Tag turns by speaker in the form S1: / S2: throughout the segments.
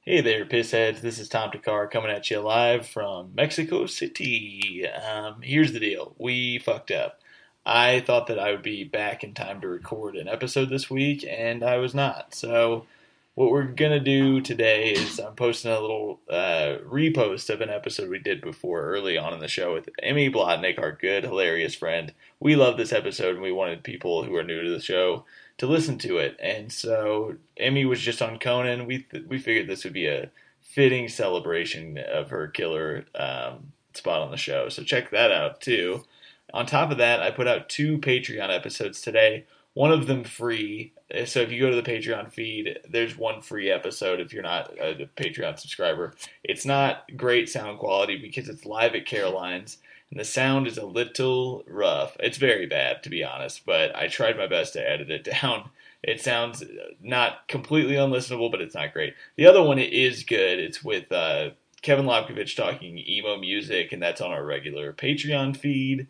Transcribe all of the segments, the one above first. S1: Hey there, pissheads. This is Tom Takar coming at you live from Mexico City. Um, here's the deal we fucked up. I thought that I would be back in time to record an episode this week, and I was not. So, what we're going to do today is I'm posting a little uh, repost of an episode we did before early on in the show with Emmy Blotnick, our good, hilarious friend. We love this episode, and we wanted people who are new to the show to listen to it. And so Emmy was just on Conan. We we figured this would be a fitting celebration of her killer um, spot on the show. So check that out too. On top of that, I put out two Patreon episodes today. One of them free. So if you go to the Patreon feed, there's one free episode if you're not a Patreon subscriber. It's not great sound quality because it's live at Caroline's and the sound is a little rough. It's very bad, to be honest, but I tried my best to edit it down. It sounds not completely unlistenable, but it's not great. The other one is good. It's with uh, Kevin Lobkovich talking emo music, and that's on our regular Patreon feed.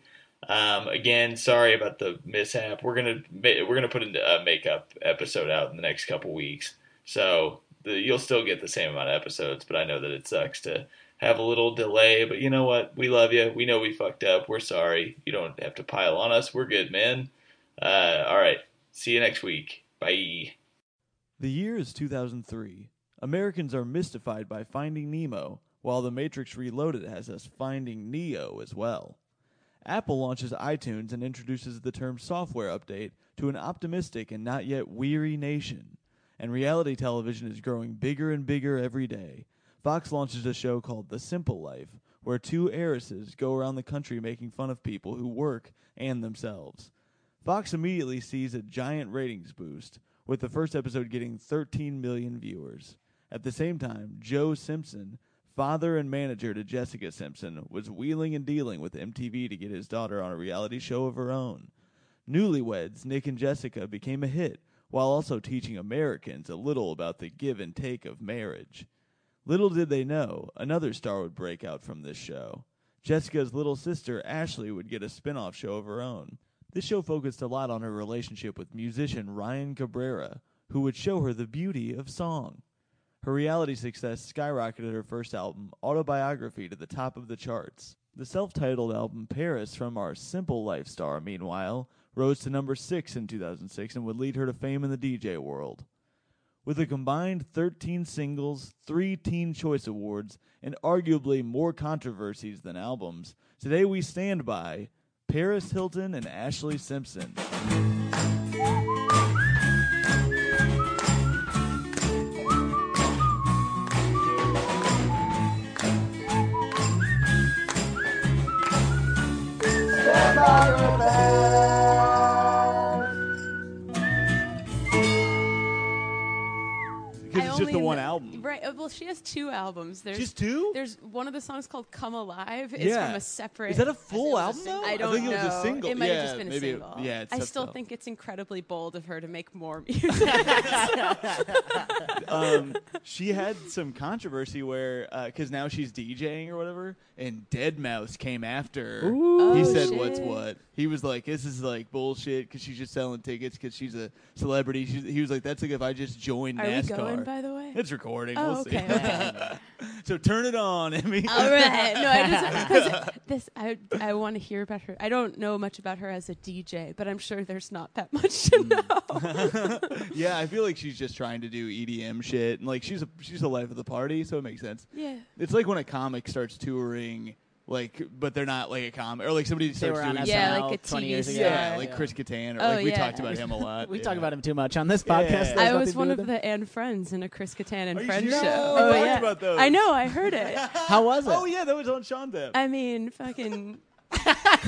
S1: Um, again, sorry about the mishap. We're gonna ma- we're gonna put a makeup episode out in the next couple weeks, so the, you'll still get the same amount of episodes. But I know that it sucks to have a little delay, but you know what? We love you. We know we fucked up. We're sorry. You don't have to pile on us. We're good, man. Uh, all right. See you next week. Bye.
S2: The year is 2003. Americans are mystified by Finding Nemo, while The Matrix Reloaded has us finding Neo as well. Apple launches iTunes and introduces the term software update to an optimistic and not yet weary nation. And reality television is growing bigger and bigger every day. Fox launches a show called The Simple Life, where two heiresses go around the country making fun of people who work and themselves. Fox immediately sees a giant ratings boost, with the first episode getting 13 million viewers. At the same time, Joe Simpson, father and manager to Jessica Simpson, was wheeling and dealing with MTV to get his daughter on a reality show of her own. Newlyweds Nick and Jessica became a hit, while also teaching Americans a little about the give and take of marriage. Little did they know, another star would break out from this show. Jessica's little sister, Ashley, would get a spin off show of her own. This show focused a lot on her relationship with musician Ryan Cabrera, who would show her the beauty of song. Her reality success skyrocketed her first album, Autobiography, to the top of the charts. The self titled album, Paris, from our Simple Life star, meanwhile, rose to number six in 2006 and would lead her to fame in the DJ world. With a combined 13 singles, three Teen Choice Awards, and arguably more controversies than albums, today we stand by Paris Hilton and Ashley Simpson. Because
S3: I
S2: it's just the
S3: only
S2: one
S3: kn-
S2: album.
S3: Right. uh, Well, she has two albums. There's
S2: Just two?
S3: There's one of the songs called "Come Alive" is
S2: Yeah.
S3: from a separate.
S2: Is that a full album
S4: single.
S2: though?
S3: I don't
S2: think
S3: know.
S2: it was a single.
S3: It might
S2: yeah,
S3: have just been
S2: maybe
S3: a
S2: it-
S3: single.
S2: yeah, it's
S3: I
S2: tough
S3: still
S2: to know.
S3: think it's incredibly bold of her to make more music.
S2: um, she had some controversy where because now she's DJing or whatever, and Dead Mouse came after. her. he
S3: Oh,
S2: said,
S3: shit.
S2: "What's what?" He was like, "This is like bullshit because she's just selling tickets because she's a celebrity." She's, he was like, "That's like if I just joined
S3: Are we
S2: NASCAR."
S3: going? By the way.
S2: it's recording.
S3: Oh,
S2: we'll see.
S3: okay, Oh. okay.
S2: so turn it on, Emmy.
S3: All right. No, I just 'cause this I I want to hear about her. I don't know much about her as a DJ, but I'm sure there's not that much to
S2: Mm.
S3: know.
S2: yeah, I feel like she's just trying to do EDM shit, and like she's a she's the life of the party, so it makes sense.
S3: yeah.
S2: It's like when a comic starts touring, like, but they're not like a comic, or like somebody
S4: They
S2: starts
S4: were on
S2: doing,
S4: SNL
S3: Yeah, like a
S4: 20 years
S3: TV
S4: ago.
S2: yeah,
S3: yeah,
S2: like Chris Kattan, or
S3: Oh,
S2: like we
S3: yeah.
S2: talked about him a lot.
S4: We
S2: yeah.
S4: talk about him too much on this
S2: Yeah.
S4: podcast. There's
S3: I
S4: nothing
S3: was
S4: to
S3: one
S4: do
S3: of
S4: with him.
S3: the and friends in a Chris Kattan and
S2: Are you
S3: friends
S2: serious? No,
S3: show. oh
S2: we talked
S3: yeah,
S2: about those.
S3: I know. I heard it.
S4: How was it?
S2: Oh yeah, that was on Sean Depp.
S3: I mean, fucking.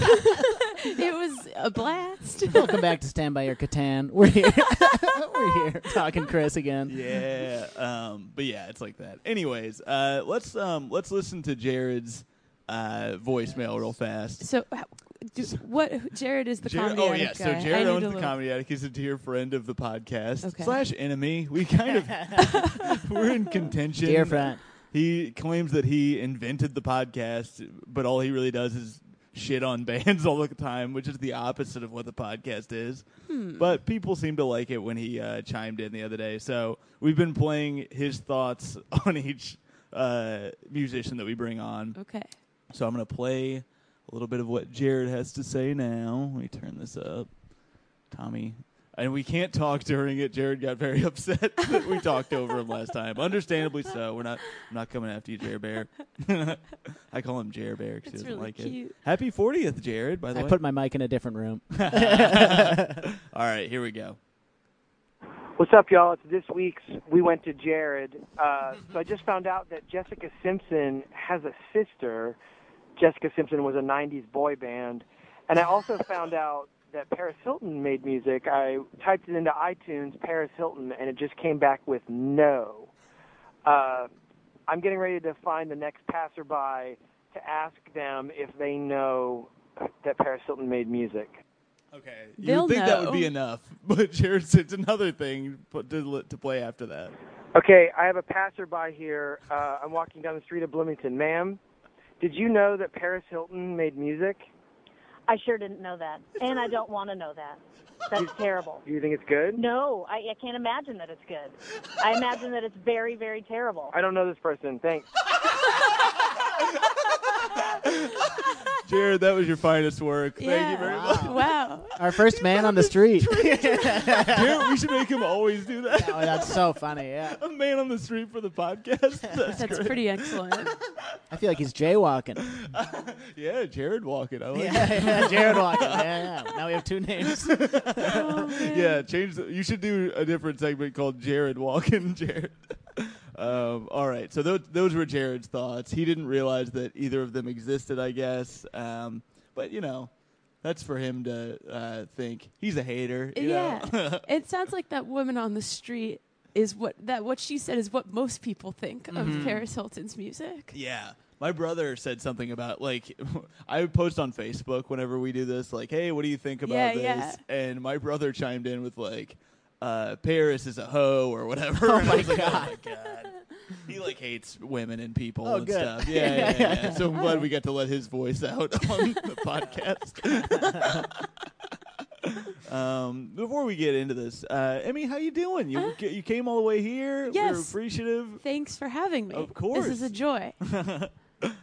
S3: it was a blast.
S4: Welcome back to Stand By Your Catan. We're here. We're here talking Chris again.
S2: yeah, um, but yeah, it's like that. Anyways, uh, let's um, let's listen to Jared's uh, voicemail real fast.
S3: So, uh, do, what? Jared is the
S2: Jared,
S3: comedy
S2: oh yeah,
S3: addict guy.
S2: so
S3: I
S2: Jared
S3: need
S2: owns
S3: a
S2: the
S3: little-
S2: Comedy Attic. He's a dear friend of the podcast
S3: Okay.
S2: slash enemy. We kind of we're in contention.
S4: Dear friend.
S2: He claims that he invented the podcast, but all he really does is shit on bands all the time, which is the opposite of what the podcast is. But people seem to like it when he uh, chimed in the other day. So we've been playing his thoughts on each uh, musician that we bring on.
S3: Okay.
S2: So I'm going to play a little bit of what Jared has to say now. Let me turn this up. Tommy. And we can't talk during it. Jared got very upset that we talked over him last time. Understandably so. We're not I'm not coming after you, Jared Bear. I call him Jared Bear because
S3: It's
S2: he doesn't
S3: really
S2: like it.
S3: cute.
S2: Happy 40th, Jared, by the
S4: I
S2: way.
S4: put my mic in a different room.
S2: All right, here we go.
S5: What's up, y'all? It's this week's We Went to Jared. Uh, so I just found out that Jessica Simpson has a sister. Jessica Simpson was a 90s boy band. And I also found out that Paris Hilton made music. I typed it into iTunes, Paris Hilton, and it just came back with no. Uh, I'm getting ready to find the next passerby to ask them if they know that Paris Hilton made music.
S2: Okay. You
S3: They'll
S2: would think that would be enougp,
S3: know.
S2: but Jared sent another thing p- to, to play after that.
S5: Okay, I have a passerby here. Uh, I'm walking down the street of Bloomington. Ma'am, did you know that Paris Hilton made music?
S6: I sure didn't know that, and I don't want to know that. That's terrible.
S5: Do you think it's good?
S6: No, I, I can't imagine that it's good. I imagine that it's very, very terrible.
S5: I don't know this person. Thanks.
S2: Jared, that was your finest work. Thank
S3: yeah.
S2: you very much.
S3: Wow.
S4: Our first man on the street.
S2: Jared, we should make him always do that.
S4: oh, that's so funny. Yeah,
S2: a man on the street for the podcast. That's,
S3: That's
S2: great.
S3: pretty excellent.
S4: I feel like he's jaywalking.
S2: Yeah, Jared walking. I like yeah.
S4: yeah, yeah, Jared walking. Yeah, yeah. Now we have two names.
S2: yeah, change. The, you should do a different segment called Jared walking. Jared. Um, all right, so those those were Jared's thoughts. He didn't realize that either of them existed, I guess. Um, but you know, that's for him to uh, think. He's a hater. you know?
S3: Yeah. it sounds like that woman on the street is what that what she said is what most people think
S2: Mm-hmm.
S3: of Paris Hilton's music.
S2: Yeah. My brother said something about like I would post on Facebook whenever we do this, like, hey, what do you think about
S3: Yeah,
S2: this?
S3: yeah.
S2: And my brother chimed in with like, uh, Paris is a hoe or whatever. And I
S4: my
S2: was like, Oh
S4: God.
S2: my god. He like hates women and people
S4: Oh,
S2: and
S4: good.
S2: stuff. Yeah, yeah, yeah, yeah. So I'm glad we got to let his voice out on the podcast. um, before we get into this, uh, Emmy, how you doing? You you came all the way here. We're
S3: Yes.
S2: appreciative.
S3: Thanks for having me.
S2: Of
S3: This is
S2: course.
S3: a joy.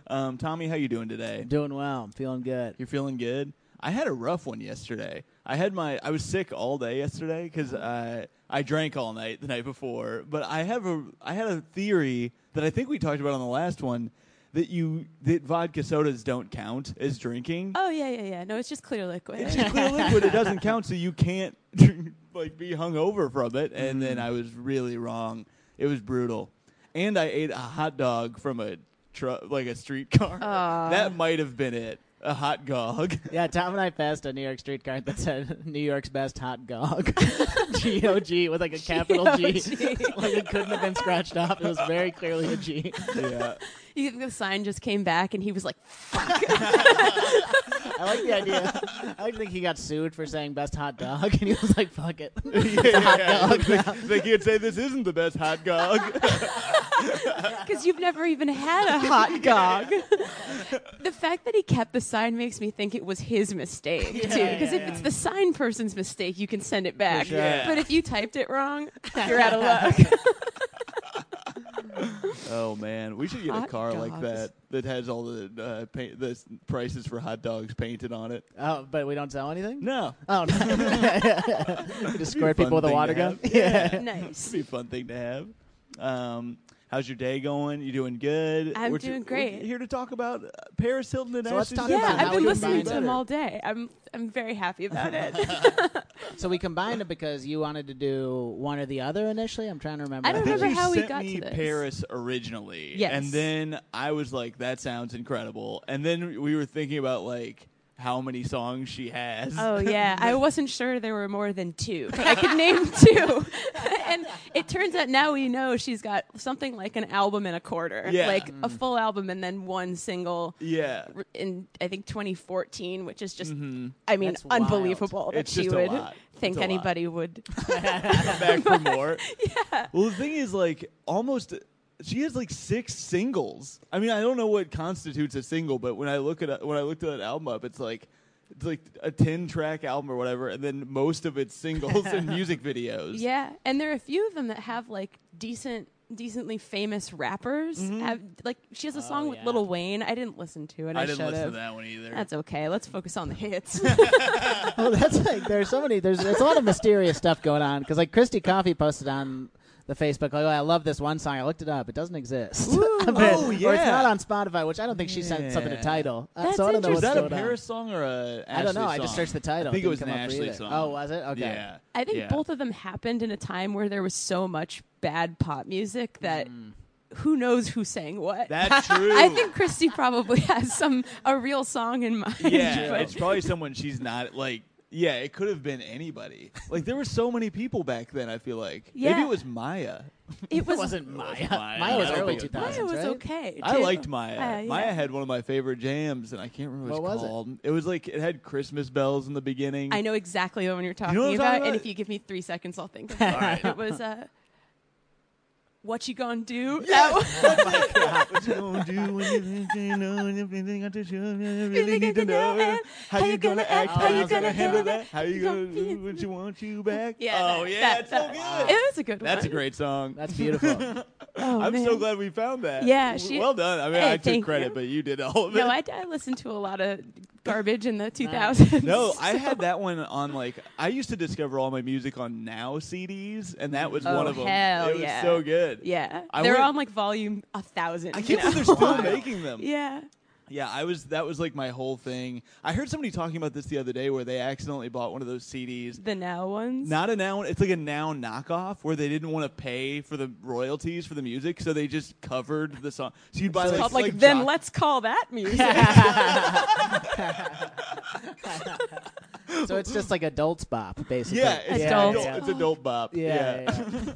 S2: Um, Tommy, how you doing today?
S4: Doing well. I'm feeling good.
S2: You're feeling good. I had a rough one yesterday. I had my I was sick all day yesterday because I I drank all night the night before. But I have a I had a theory that I think we talked about on the last one that you that vodka sodas don't count as drinking.
S3: Oh yeah, yeah, yeah. No, it's just clear liquid.
S2: It's just clear liquid. It doesn't count, so you can't drink- like be hungover from it. And then I was really wrong. It was brutal. And I ate a hot dog from a truck, like a streetcar. That might have been it. A hot dog.
S4: Yeah, Tom and I passed a New York street cart that said New York's best hot gog. G O G with like a capital G. like it couldn't have been scratched off. It was very clearly a G.
S2: yeah.
S3: you think the sign just came back and he was like,
S4: I like the idea. I like to think he got sued for saying best hot dog and he was like, fuck it. It's a hot dog
S2: They,
S4: now.
S2: they can't say this isn't the best hot dog.
S3: Because you've never even had a hot dog. the fact that he kept the sign makes me think it was his mistake, too. Because if it's the sign person's mistake, you can send it back.
S2: sure. Yeah.
S3: But if you typed it wrong, you're out of luck.
S2: oh man, we should get a
S3: Hot
S2: car like
S3: dogs.
S2: that that has all the uh, paint, the s- prices for hot dogs painted on it.
S4: Oh, but we don't sell anything?
S2: No,
S4: Oh, no. you just squirt
S2: fun
S4: people with a
S2: thing to
S4: water gun?
S2: have.
S4: Yeah.
S2: it'd
S3: nice.
S2: be a fun thing to have. Um, how's your day going? You doing good?
S3: I'm
S2: ju-
S3: doing great.
S2: here to talk about uh, Paris Hilton and
S4: So let's
S2: Ashley
S4: talk
S3: Yeah,
S2: Simpson.
S4: about how
S3: I've
S4: we
S3: been
S4: can
S3: listening
S4: find
S3: to
S4: it.
S3: him all day. I'm I'm very happy about it.
S4: So we combined it because you wanted to do one or the other initially? I'm trying to remember.
S3: I don't
S2: I think
S3: remember
S2: you
S3: how we
S2: sent
S3: got to
S2: me
S3: this.
S2: Paris originally.
S3: Yes.
S2: And then I was like, that sounds incredible. And then we were thinking about like how many songs she has.
S3: Oh yeah, I wasn't sure there were more than two. I could name two, and it turns out now we know she's got something like an album and a quarter,
S2: Yeah.
S3: like a full album and then one single.
S2: Yeah.
S3: r- In I think 2014, which is just, I mean,
S4: That's wild.
S3: unbelievable that
S2: Mm-hmm. It's
S3: she
S2: just a
S3: would
S2: lot. It's
S3: think
S2: a lot.
S3: anybody would.
S2: back for more. yeah. Well, the thing is, like, almost she has like six singles. I mean, I don't know what constitutes a single, but when I look at when I looked at that album up, it's like it's like a ten track album or whatever, and then most of it's singles and music videos.
S3: Yeah, and there are a few of them that have like decent, decently famous rappers. Have like she has a song with
S4: yeah.
S3: Lil Wayne. I didn't listen to it. I,
S2: Oh, I didn't
S3: should
S2: listen
S3: have.
S2: to that one either.
S3: That's okay. Let's focus on the hits.
S4: Oh, that's like there's so many there's there's a lot of mysterious stuff going on because like Christy Coffee posted on the Facebook like oh I love this one song I looked it up it doesn't exist
S2: Oh,
S4: or it's
S2: yeah.
S4: not on Spotify which I don't think she sent something to
S2: Yeah.
S4: title Uh,
S3: That's
S4: so I don't know
S2: was
S4: what's
S3: interesting.
S2: that a
S4: going on.
S2: Paris song or a?
S4: I don't know
S2: Ashley
S4: I just
S2: song?
S4: searched the title
S2: I think
S4: didn't
S2: it was
S4: come
S2: an
S4: up for
S2: Ashley
S4: either.
S2: song.
S4: oh was it okay
S2: Yeah.
S3: I think
S2: Yeah.
S3: both of them happened in a time where there was so much bad pop music that
S2: Mm.
S3: who knows who sang what.
S2: That's true.
S3: I think Christy probably has some a real song in mind.
S2: Yeah,
S3: but-
S2: it's probably someone she's not like. Yeah, it could have been anybody. Like there were so many people back then. I feel like maybe
S3: Yeah.
S2: it was Maya.
S3: it
S4: it
S3: was
S4: wasn't Maya
S2: Maya.
S4: Maya was
S2: I don't
S4: early
S2: think
S4: two
S2: it was Maya.
S3: Maya
S4: thousands
S3: was
S4: right
S3: okay.
S2: I
S3: too.
S2: liked Maya.
S3: Uh, yeah.
S2: Maya had one of my favorite jams, and I can't remember what,
S4: What
S2: it's
S4: was it?
S2: called. It? was like it had Christmas bells in the beginning.
S3: I know exactly what one you're talking
S2: know what I'm
S3: about,
S2: talking
S3: and
S2: about?
S3: if you give me three seconds, I'll think. About it. It was uh, what you gonna do? That was-
S2: What you gonna do when you think you know and everything got to show? You
S3: You
S2: really
S3: think I
S2: need to
S3: can know
S2: know
S3: it?
S2: how you gonna act, how you gonna handle
S3: do
S2: that,
S3: that?
S2: how you
S3: You
S2: gonna
S3: gonna be-
S2: do what you want you back.
S3: yeah.
S2: oh
S3: that-
S2: yeah,
S3: that-
S2: it's so
S3: that-
S2: good.
S3: It was a good one.
S2: That's a great song.
S4: that's beautiful
S3: Oh,
S2: I'm so
S3: man.
S2: glad we found that.
S3: Yeah,
S2: W-
S3: she-
S2: well done. I mean,
S3: Hey,
S2: I took
S3: thank
S2: credit,
S3: you.
S2: but you did all of it.
S3: No, I, I listened to a lot of garbage in the 2000s.
S2: No, I had that one on like I used to discover all my music on Now CDs, and that was one
S3: Oh,
S2: of them.
S3: hell
S2: it was
S3: yeah.
S2: so good.
S3: Yeah,
S2: I
S3: they were
S2: went-
S3: on like volume a thousand.
S2: I
S3: you
S2: can't believe they're
S3: know?
S2: still making them.
S3: Yeah.
S2: Yeah, I was. That was like my whole thing. I heard somebody talking about this the other day, where they accidentally bought one of those CDs.
S3: The now ones.
S2: Not a noun. It's like a noun knockoff where they didn't want to pay for the royalties for the music, so they just covered the song. So you'd buy
S4: So
S2: like,
S4: it's
S3: Called, like,
S2: like
S3: then
S2: Jock-
S3: let's call that music.
S4: so it's just like adults bop basically
S2: yeah, it's
S3: Adult.
S2: adult. It's adult bop.
S4: yeah, yeah.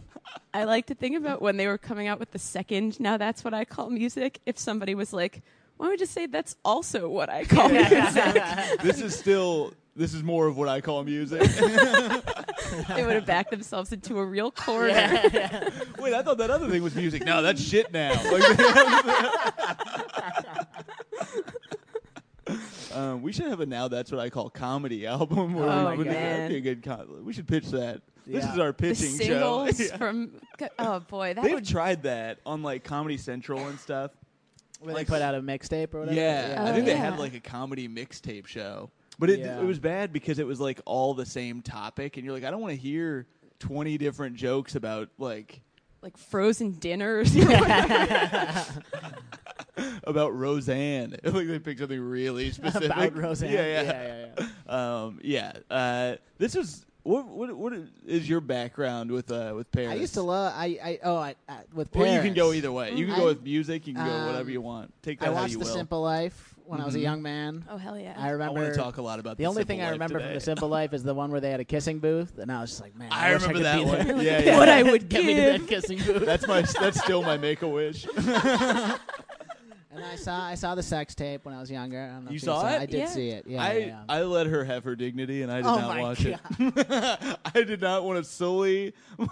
S3: I like to think about when they were coming out with the second. Now that's what I call music. If somebody was like, "Why don't we just say that's also what I call music?"
S2: this is still. This is more of what I call music.
S3: they would have backed themselves into a real corner.
S2: Wait, I thought that other thing was music. No, that's shit now. Like- um, we should have a now that's what I call comedy album. Where
S3: Oh,
S2: we, would-
S3: man.
S2: that'd be a good con- we should pitch that. This
S4: Yeah.
S2: is our
S3: The
S2: pitching show.
S3: singles
S2: Yeah.
S3: from oh boy, that
S2: They've
S3: would
S2: tried that on like Comedy Central and stuff.
S4: Where they put out a mixtape or whatever
S2: Yeah, I
S3: Oh,
S2: think they
S3: yeah.
S2: had like a comedy mixtape show, but it
S4: Yeah.
S2: it was bad because it was like all the same topic, and you're like, I don't want to hear twenty different jokes about like
S3: like frozen dinners. or whatever.
S2: about Roseanne. like they picked something really specific
S4: about Roseanne
S2: Yeah, yeah.
S4: yeah, yeah, yeah.
S2: Um, yeah. Uh, this was what what what is your background with uh with Paris?
S4: I used to love I I oh I, I with
S2: Well,
S4: Paris. Mm-hmm.
S2: you can go either way. You can
S4: I-
S2: go with music. You can go whatever
S4: um,
S2: you want. Take that
S4: I
S2: how
S4: watched
S2: you
S4: The
S2: will. Mm-hmm.
S4: Simple Life when I was a young man.
S3: oh hell yeah!
S4: I
S2: I
S4: remember.
S2: want to talk a lot about
S4: the
S2: The
S4: only
S2: Simple
S4: thing I
S2: Life
S4: remember
S2: today.
S4: from The Simple Life is the one where they had a kissing booth, and I was just like, man,
S2: I,
S4: I, wish
S2: remember
S4: I
S2: that
S4: could be there.
S2: one. yeah, yeah.
S3: What I would
S4: Get me to that
S3: give.
S4: kissing booth.
S2: that's my that's still my make a wish.
S4: and I saw I saw the sex tape when I was younger. I don't know
S2: You
S4: if
S2: saw it?
S4: I did
S3: Yeah.
S4: see it. Yeah.
S2: I
S4: yeah, yeah.
S2: I let her have her dignity and I did
S4: Oh
S2: not
S4: my
S2: watch it. I did not want to sully my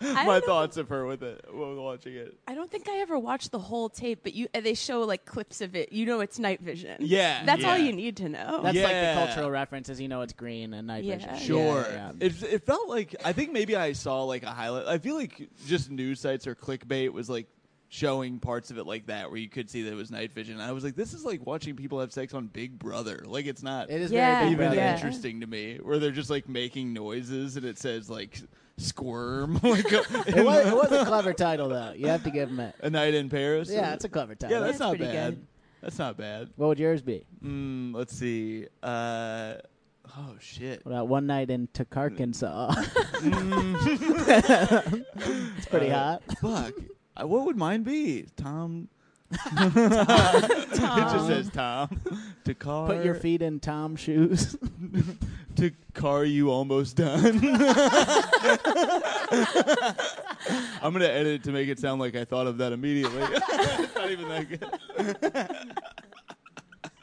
S3: don't-
S2: thoughts of her with it while watching it.
S3: I don't think I ever watched the whole tape, but you they show like clips of it. You know, it's night vision.
S2: Yeah,
S3: that's all
S2: yeah.
S3: you need to know.
S4: that's like
S2: Yeah.
S4: the cultural references. You know, it's green and night
S3: Yeah.
S4: vision.
S2: Sure.
S4: Yeah, yeah.
S2: It, it felt like I think maybe I saw like a highlight. I feel like just news sites or clickbait was like showing parts of it like that where you could see that it was night vision. I was like, this is like watching people have sex on Big Brother. Like it's not
S4: It is
S3: Yeah.
S4: very Big
S2: even
S4: Brother.
S3: Yeah.
S2: interesting to me where they're just like making noises and it says like squirm like a,
S4: It was, it was a clever title though. You have to give them it.
S2: a night in Paris.
S4: Yeah, it's a clever title.
S2: yeah, that's,
S3: That's
S2: not
S3: pretty
S2: bad.
S3: good.
S2: That's not bad.
S4: what would yours be?
S2: Mm, let's see. Uh, oh shit.
S4: What about one night in Takarkansas? it's pretty hot.
S2: Fuck. I, what would mine be? Tom. It just says Tom. To car.
S4: Put your feet in Tom shoes.
S2: To car you almost done. I'm gonna edit it to make it sound like I thought of that immediately. it's not even that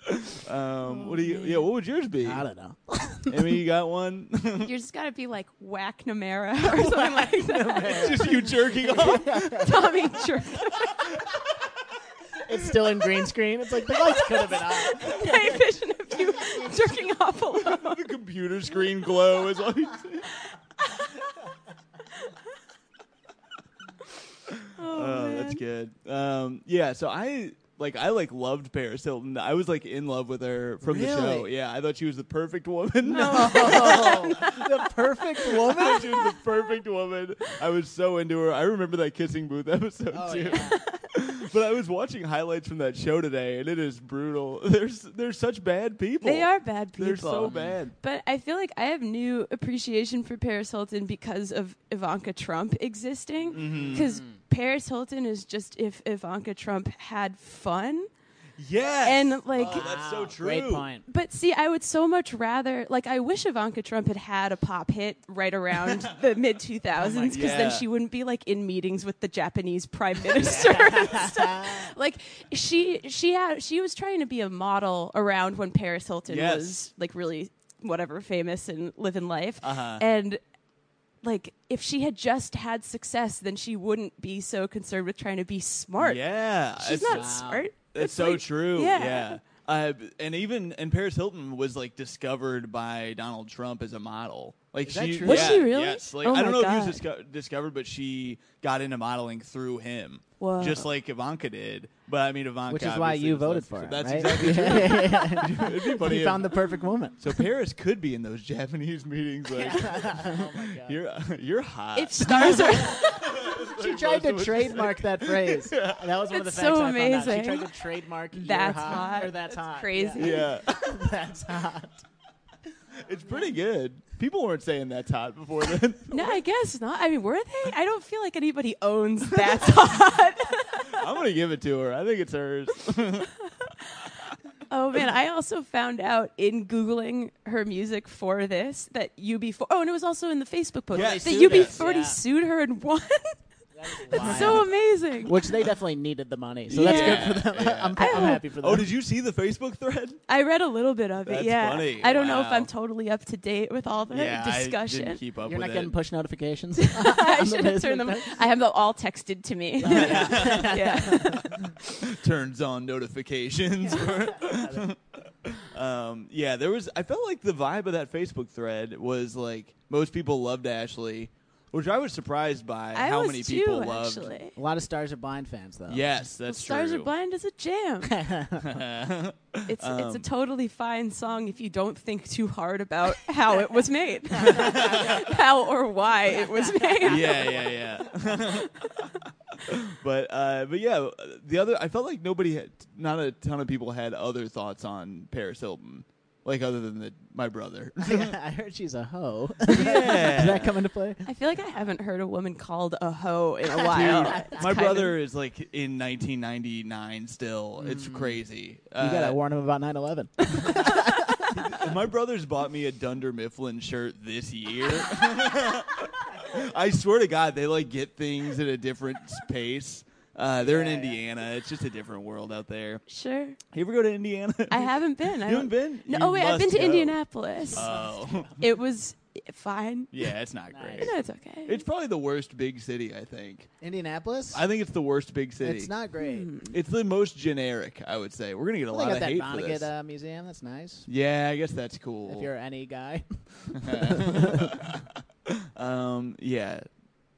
S2: good. um, what do you? Yeah. What would yours be?
S4: I don't know.
S2: Emmy, you got one?
S3: You just gotta be like Whack Namara or something like that.
S2: It's just you jerking off.
S3: Tommy jerk.
S4: It's still in green screen. It's like the lights could have been on.
S3: I vision of you jerking off alone.
S2: the computer screen glow is all you see.
S3: Oh,
S2: Oh,
S3: man.
S2: that's good. Um, yeah, so I like I like loved Paris Hilton. I was like in love with her from the show.
S4: Really?
S2: Yeah, I thought she was the perfect woman.
S4: Oh, the perfect
S2: I
S4: woman.
S2: thought she was the perfect woman. I was so into her. I remember that kissing booth episode
S3: Oh,
S2: too. But I was watching highlights from that show today, and it is brutal. There's they're such bad people.
S3: They are bad people.
S2: They're so bad.
S3: But I feel like I have new appreciation for Paris Hilton because of Ivanka Trump existing.
S2: Mm-hmm.
S3: Because Paris Hilton is just if Ivanka Trump had fun.
S2: Yes.
S3: And, like-
S2: Oh,
S4: Ah,
S2: that's so true.
S4: Great point.
S3: But see, I would so much rather like I wish Ivanka Trump had had a pop hit right around the mid 2000s because
S2: Yeah.
S3: then she wouldn't be like in meetings with the Japanese prime minister. and stuff. Like she she had she was trying to be a model around when Paris Hilton
S2: Yes.
S3: was like really whatever famous and living life.
S2: Uh-huh.
S3: And like if she had just had success, then she wouldn't be so concerned with trying to be smart.
S2: Yeah. it's-
S3: She's not
S4: Wow.
S3: smart.
S2: That's
S3: It's
S2: so
S3: like-
S2: true. Yeah.
S3: yeah.
S2: Uh, b- and even and Paris Hilton was like discovered by Donald Trump as a model. Like
S4: that
S2: she
S4: true?
S3: Was
S2: yeah,
S3: she really?
S2: Yes. Like
S3: Oh
S2: I don't know
S3: my
S2: if he was disco- discovered, but she got into modeling through him,
S3: Whoa.
S2: just like Ivanka did. But I mean, Ivanka,
S4: Which is why
S2: obviously
S4: you
S2: was less
S4: voted for her.
S2: successful. That's
S4: right?
S2: exactly true. It'd be funny.
S4: You
S2: if-
S4: found the perfect woman.
S2: so Paris could be in those Japanese meetings. Like, you're you're hot.
S3: If stars are
S4: She tried to trademark that phrase. That was one of the
S3: It's
S4: facts
S3: so
S4: I found out. She
S3: amazing.
S4: tried to trademark "you're
S3: That's
S4: hot,
S3: hot.
S4: or that's,
S3: That's
S4: hot.
S3: crazy.
S4: Yeah.
S2: yeah,
S4: that's hot.
S2: it's pretty good. People weren't saying that's hot before then.
S3: No, I guess not. I mean, were they? I don't feel like anybody owns that hot.
S2: I'm gonna give it to her. I think it's hers.
S3: oh man, I also found out in googling her music for this that UB40. Oh, and it was also in the Facebook post
S2: Yes,
S3: that
S2: sued
S3: UB40
S4: us. Yeah.
S3: sued her and won.
S4: Wild.
S3: That's so amazing.
S4: Which they definitely needed the money, so
S2: Yeah,
S4: that's good for them.
S2: yeah.
S4: I'm, I'm
S3: hope-
S4: happy for them.
S2: Oh, did you see the Facebook thread?
S3: I read a little bit of it.
S2: That's
S3: yeah,
S2: funny.
S3: I don't know if
S2: Wow.
S3: I'm totally up to date with all the
S2: I
S3: discussion.
S2: didn't keep up
S4: You're
S2: with
S4: not getting
S2: it.
S4: push notifications.
S3: I should have turned them. I have them all texted to me. yeah.
S2: Turns on notifications. um, yeah, there was. I felt like the vibe of that Facebook thread was like most people loved Ashley, which I was surprised by
S3: I
S2: how
S3: was
S2: many
S3: too,
S2: people loved.
S3: Actually.
S4: A lot of stars are blind fans, though.
S2: Yes, that's
S3: Stars
S2: true.
S3: Are Blind is a jam. it's it's
S2: Um,
S3: a totally fine song if you don't think too hard about how it was made, how or why it was made.
S2: yeah, yeah, yeah. but uh, but yeah, the other I felt like nobody, had, not a ton of people had other thoughts on Paris Hilton, like other than the, my brother.
S4: I heard she's a hoe.
S2: yeah,
S4: Does that come into play?
S3: I feel like I haven't heard a woman called a hoe in a while. It's
S2: My
S3: kind
S2: brother is like in 1999 still. It's crazy.
S4: You gotta
S2: Uh,
S4: warn him about 9/11.
S2: my brother's bought me a Dunder Mifflin shirt this year. I swear to God, they like get things at a different pace. Uh, they're in Indiana. It's just a different world out there.
S3: Of, sure,
S2: You ever go to Indiana?
S3: I haven't been. I
S2: You haven't
S3: don't-
S2: been?
S3: No,
S2: You
S3: oh wait, I've been
S2: must
S3: to
S2: go.
S3: Indianapolis.
S2: Oh,
S3: it was eh, fine.
S2: yeah. It's not great.
S3: No, it's okay.
S2: It's probably the worst big city. I think.
S4: Indianapolis.
S2: I think it's the worst big city.
S4: It's not great.
S2: It's the most generic. I would say we're gonna get a
S4: Well,
S2: lot
S4: they
S2: of
S4: got that
S2: hate for
S4: Vonnegut
S2: this.
S4: uh, museum. That's nice.
S2: Yeah, I guess that's cool.
S4: If you're any guy,
S2: um, yeah.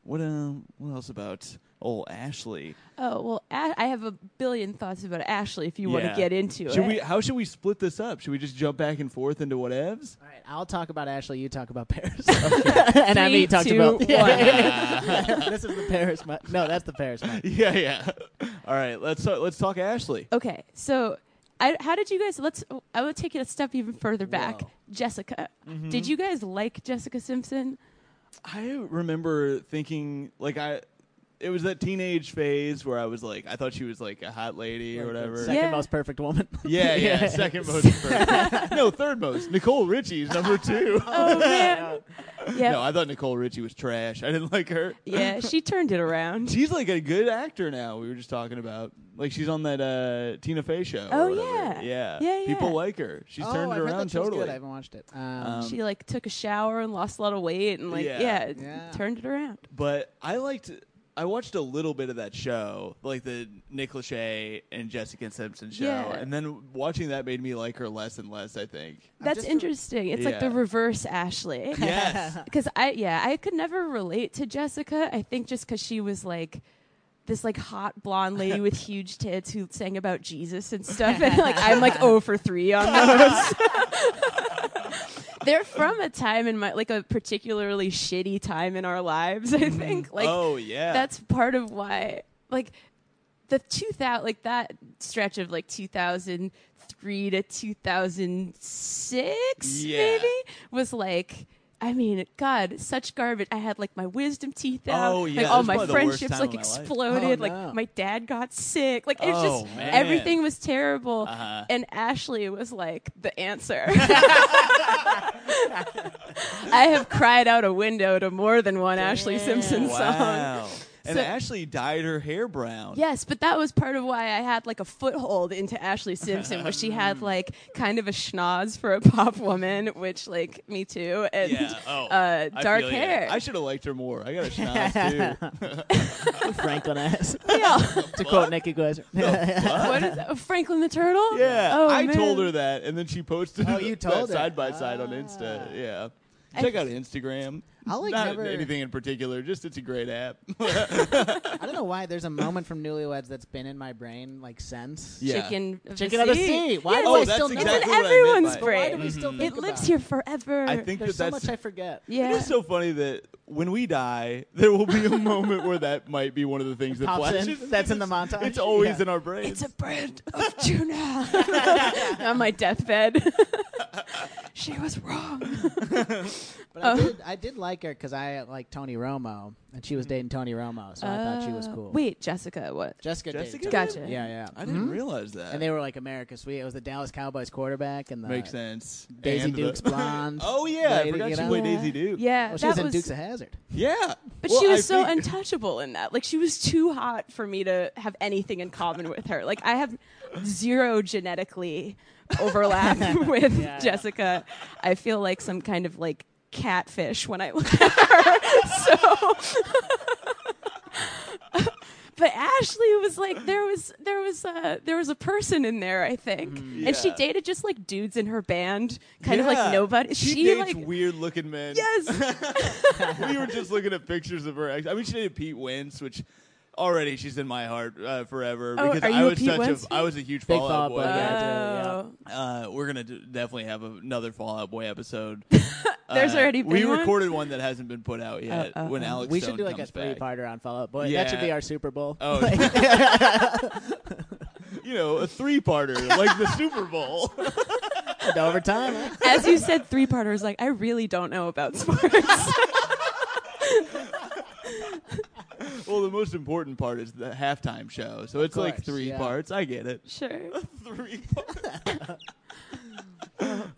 S2: What um, what else about old Ashley?
S3: oh well, a- I have a billion thoughts about Ashley. If you want
S2: Yeah.
S3: to get into
S2: Should
S3: it,
S2: we? How should we split this up? Should we just jump back and forth into whatevs?
S4: all right. I'll talk about Ashley. You talk about Paris. and
S3: Three,
S4: Emmy talked
S3: two, one.
S4: about. this is the Paris. mi- no, that's the Paris. mi-
S2: Yeah, yeah. All right, let's talk, let's talk Ashley.
S3: Okay, so I, how did you guys? Let's. I would take it a step even further back.
S4: Whoa.
S3: Jessica, did you guys like Jessica Simpson?
S2: I remember thinking like I. It was that teenage phase where I was like, I thought she was like a hot lady or whatever.
S4: Second
S3: Yeah.
S4: most perfect woman.
S2: Yeah, yeah. Second most. first. no, third most. Nicole Richie's number two.
S3: Oh man, Yep.
S2: No, I thought Nicole Richie was trash. I didn't like her.
S3: yeah, she turned it around.
S2: She's like a good actor now. We were just talking about like she's on that uh, Tina Fey show. or
S3: Oh,
S2: whatever.
S3: yeah.
S2: yeah,
S3: Yeah,
S2: People
S3: yeah.
S2: like her. She's
S4: oh,
S2: turned
S4: I've
S2: it
S4: heard that
S2: around
S4: show's good.
S2: totally.
S4: I haven't watched it. Um,
S2: Um,
S3: She like took a shower and lost a lot of weight and like
S2: Yeah.
S3: yeah, it
S4: Yeah.
S3: turned it around.
S2: but I liked. I watched a little bit of that show, like the Nick Lachey and Jessica Simpson show,
S3: Yeah.
S2: and then watching that made me like her less and less. I think.
S3: That's
S4: just-
S3: interesting. It's like the
S2: Yeah.
S3: reverse Ashley.
S2: Yes.
S3: Because I yeah I could never relate to Jessica. I think just because she was like this like hot blonde lady with huge tits who sang about Jesus and stuff, and like I'm like oh for three on those. They're from a time in my like a particularly shitty time in our lives. I think like
S2: oh yeah.
S3: that's part of why like the 2000 like that stretch of like 2003 to 2006
S2: Yeah.
S3: maybe was like I mean, God, such garbage. I had like my wisdom teeth out.
S2: Oh, yeah,
S3: like all
S2: that's
S3: my
S2: probably the worst
S3: friendships
S2: time
S3: like
S2: of my life.
S3: exploded.
S4: Oh, no.
S3: Like my dad got sick. Like it's
S2: Oh,
S3: just
S2: man.
S3: everything was terrible.
S2: Uh-huh.
S3: And Ashley was like the answer. I have cried out a window to more than one Ashley Simpson song.
S2: wow. And
S3: So-
S2: Ashley dyed her hair brown.
S3: Yes, but that was part of why I had like a foothold into Ashley Simpson, where she had like kind of a schnoz for a pop woman, which like me too, and
S2: Yeah. Oh,
S3: uh,
S2: I
S3: dark
S2: feel ya.
S3: hair.
S2: I should have liked her more. I got a schnoz too. Uh,
S4: Franklin ass.
S3: Yeah.
S4: to quote Nikki Glaser.
S2: Oh,
S3: what is that? Franklin the Turtle?
S2: Yeah,
S3: Oh,
S2: I
S3: man.
S2: told her that, and then she posted.
S4: Oh, you told her. Ah.
S2: side by side on Insta. Yeah,
S3: I-
S2: check out Instagram.
S4: I, like,
S2: Not
S4: never-
S2: anything in particular. Just it's a great app.
S4: I don't know why there's a moment from Newlyweds that's been in my brain like since.
S2: Yeah.
S3: Chicken. of
S4: Chicken of the sea. Why do
S2: Oh,
S4: I
S2: that's
S4: still
S3: It's
S2: exactly what
S3: in
S4: know?
S2: I meant
S3: everyone's
S2: by it.
S4: Why do
S3: brain.
S4: we still
S3: Mm-hmm. It
S4: think
S3: lives
S4: about
S3: here forever.
S2: I think
S4: There's
S2: that
S4: so
S2: that's.
S4: much I forget.
S3: Yeah.
S2: It is so funny that when we die, there will be a moment where that might be one of the things that
S4: Pops in.
S2: flashes.
S4: That's in the montage.
S2: It's always
S4: Yeah.
S2: in our brains.
S3: It's a brand of tuna. On my deathbed. she was wrong.
S4: But I did, I did like her because I like Tony Romo, and she was
S2: Mm-hmm.
S4: dating Tony Romo, so I thought she was
S3: Uh,
S4: cool.
S3: Wait, Jessica, what?
S4: Jessica, dated
S2: Jessica
S4: Tony-
S3: Gotcha.
S4: Yeah, yeah.
S2: I didn't realize that.
S4: Hmm? And they were like America's Sweet. It was the Dallas Cowboys quarterback and the
S2: Makes sense.
S4: Daisy
S2: And the-
S4: Duke's blonde.
S2: oh yeah, I
S4: lady,
S2: forgot
S4: you
S2: she
S4: know?
S2: played
S3: Yeah.
S2: Daisy Duke.
S3: Yeah,
S4: Well, she
S3: that
S4: was in
S3: was-
S4: Dukes of Hazard.
S2: Yeah.
S3: But
S2: Well,
S3: she
S2: I
S3: was so
S2: think-
S3: untouchable in that. Like she was too hot for me to have anything in common with her. Like I have zero genetically overlap with
S4: Yeah.
S3: Jessica. I feel like some kind of like catfish when I look at her. so But Ashley was like there was there was a there was a person in there I think, and she
S2: Mm, Yeah.
S3: dated just like dudes in her band, kind of
S2: Yeah.
S3: like nobody.
S2: She,
S3: She,
S2: dates
S3: like
S2: weird looking men.
S3: yes,
S2: we were just looking at pictures of her. Ex- I mean, she dated Pete Wentz, which already she's in my heart uh, forever
S3: Oh,
S2: because
S3: are
S2: I
S3: you a
S2: was
S3: Pete
S2: such
S3: Wentz
S2: a I was a huge
S4: Big
S2: Fallout
S4: Fall Out
S2: Boy.
S4: Boy guy.
S2: guy.
S4: yeah.
S3: Oh.
S2: Uh, we're gonna d- definitely have a, another Fallout Boy episode.
S3: There's
S2: Uh,
S3: already
S2: we
S3: been one?
S2: recorded one that hasn't been put out yet.
S3: oh,
S2: when
S3: oh.
S2: Alex
S4: we
S2: Stone
S4: should do like a
S2: comes
S4: three
S2: back.
S4: parter on Fallout Boy.
S2: Yeah.
S4: That should be our Super Bowl.
S2: Oh, you know, a three-parter like the Super Bowl.
S4: And overtime. huh?
S3: As you said, three parters. Like I really don't know about sports.
S2: well, the most important part is the halftime show, so it's like
S4: course,
S2: three
S4: yeah.
S2: parts. I get it.
S3: sure.
S2: three parts.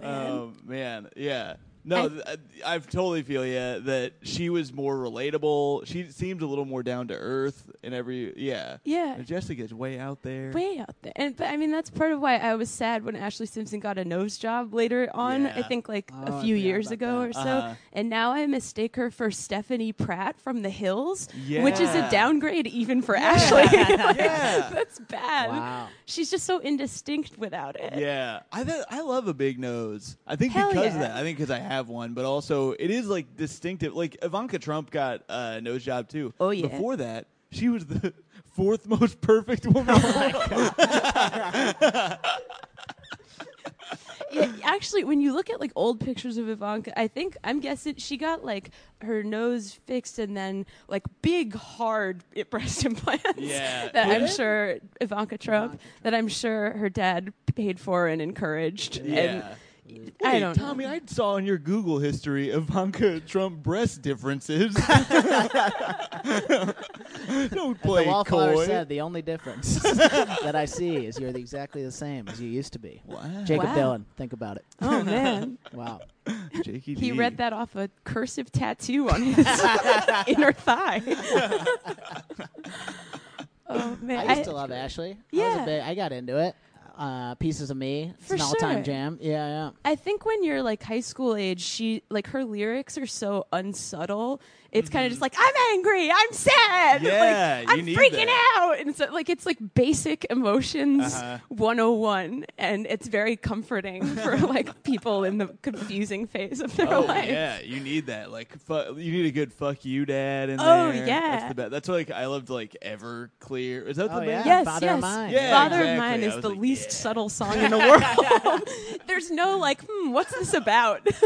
S2: oh, man. yeah. No,
S3: I-
S2: th- I, I totally feel yeah that she was more relatable. She seemed a little more down to earth in every yeah.
S3: Yeah.
S2: And Jessica's way out there.
S3: Way out there. And but I mean that's part of why I was sad when Ashley Simpson got a nose job later on,
S2: Yeah.
S3: I think like
S4: Oh, I
S3: a few
S4: forgot
S3: years
S4: about
S3: ago
S4: that.
S3: or so.
S2: Uh-huh.
S3: And now I mistake her for Stephanie Pratt from The Hills, which is
S2: Yeah.
S3: a downgrade even for Ashley. Like,
S2: Yeah.
S3: That's bad.
S4: Wow.
S3: She's just so indistinct without it.
S2: Yeah, I th- I love a big nose. I think
S3: Hell
S2: because of
S3: yeah.
S2: that. I think because I have one, but also it is like distinctive. Like Ivanka Trump got a uh, nose job too.
S3: Oh, yeah.
S2: Before that, she was the fourth most perfect woman. in the world.
S3: yeah, actually, when you look at like old pictures of Ivanka, I think I'm guessing she got like her nose fixed and then like big hard i- breast implants.
S2: Yeah.
S3: that I'm
S2: Really?
S3: sure Ivanka Trump, that I'm sure her dad paid for and encouraged.
S2: Yeah.
S3: And I
S2: Wait,
S3: don't know.
S2: Tommy, I saw in your Google history Ivanka Trump breast differences. don't
S4: As the
S2: play
S4: wallflower
S2: coy.
S4: said, the only difference that I see is you're the- exactly the same as you used to be.
S2: wow,
S4: Jacob
S3: Wow.
S4: Dylan, think about it.
S3: Oh man,
S4: Wow.
S2: Jakey
S3: he
S2: D.
S3: read that off a cursive tattoo on his inner thigh. oh man,
S4: I used to love Ashley. I, was
S3: Yeah.
S4: a big, I got into it. Uh, Pieces of Me. It's
S3: For
S4: an all-time
S3: sure.
S4: jam. Yeah, yeah.
S3: I think when you're like high school age, she like her lyrics are so unsubtle. It's kind of just like I'm angry, I'm sad,
S2: Mm-hmm. Yeah,
S3: like,
S2: you
S3: I'm
S2: need
S3: freaking
S2: that.
S3: out, and so like it's like basic emotions
S2: Uh-huh.
S3: 101, and it's very comforting for like people in the confusing phase of their
S2: Oh
S3: life.
S2: yeah, you need that. Like, fu- you need a good "fuck you, dad" in
S3: Oh,
S2: there.
S3: yeah.
S2: that's the best. That's why, like I loved like Everclear. Is that
S4: Oh,
S2: the band?
S4: yeah.
S3: Yes,
S4: Father
S3: yes.
S4: of Mine.
S2: Yeah,
S3: Father
S2: exactly.
S3: of Mine
S2: I
S3: is
S2: was
S3: the
S2: like,
S3: least
S2: yeah.
S3: subtle song in the world. There's no like, hmm, what's this about?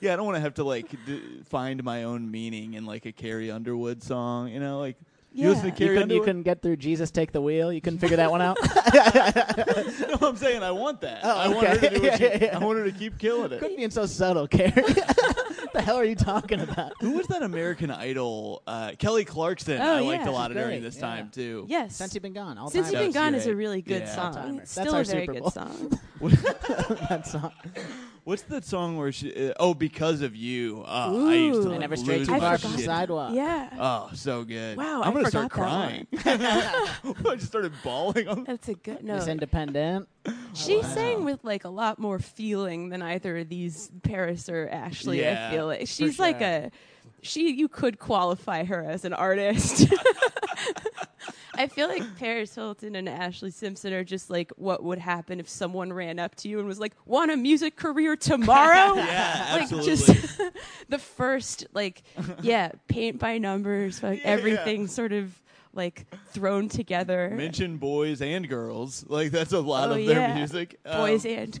S2: Yeah, I don't want to have to like d- find my own meaning in like a Carrie Underwood song. You know, like you listen to
S3: Yeah.
S4: You
S2: Carrie
S4: couldn't, you
S2: Underwood.
S4: couldn't get through Jesus Take the Wheel. You couldn't figure that one out.
S2: No, I'm saying I want that.
S4: Oh,
S2: I want her
S4: okay.
S2: to do what she,
S4: Yeah, yeah, yeah.
S2: I want her to keep killing it.
S4: Quit being so subtle, Carrie. what the hell are you talking about?
S2: Who was that American Idol? Uh, Kelly Clarkson.
S3: Oh,
S2: I liked
S3: yeah.
S2: a lot
S4: She's
S2: during
S4: great,
S2: this
S4: yeah.
S2: time too.
S3: yes.
S4: Since you've been gone, all
S3: Since
S4: time.
S3: you've been
S2: That's
S3: gone is a
S2: right.
S3: really good
S2: Yeah.
S3: song.
S4: All-timer.
S3: It's
S4: That's
S3: still
S4: our
S3: a very
S4: Super
S3: good
S4: Bowl.
S3: song.
S4: that song.
S2: What's that song where she? Uh, oh, because of you. Uh, I used to.
S3: Ooh.
S2: Like,
S4: I never strayed
S2: lose
S4: too
S2: my
S4: far
S3: forgot
S4: from the
S2: shit.
S4: sidewalk.
S3: Yeah.
S2: Oh, so good.
S3: Wow,
S2: I'm
S3: I
S2: gonna start crying.
S3: forgot
S2: I just started bawling. I'm-
S3: That's a good
S4: Miss
S3: note.
S4: Independent.
S3: She sang with like a lot more feeling than either of these Paris or Ashley.
S2: Yeah,
S3: I feel like
S2: for
S3: she's like
S2: sure.
S3: a she. You could qualify her as an artist. I feel like Paris Hilton and Ashley Simpson are just like what would happen if someone ran up to you and was like, "Want a music career tomorrow?"
S2: Yeah,
S3: like
S2: absolutely.
S3: just the first like yeah, paint by numbers, like
S2: Yeah, yeah.
S3: everything sort of like thrown together.
S2: Mention boys and girls. Like that's a lot
S3: Oh,
S2: of
S3: yeah.
S2: their music. Um,
S3: boys and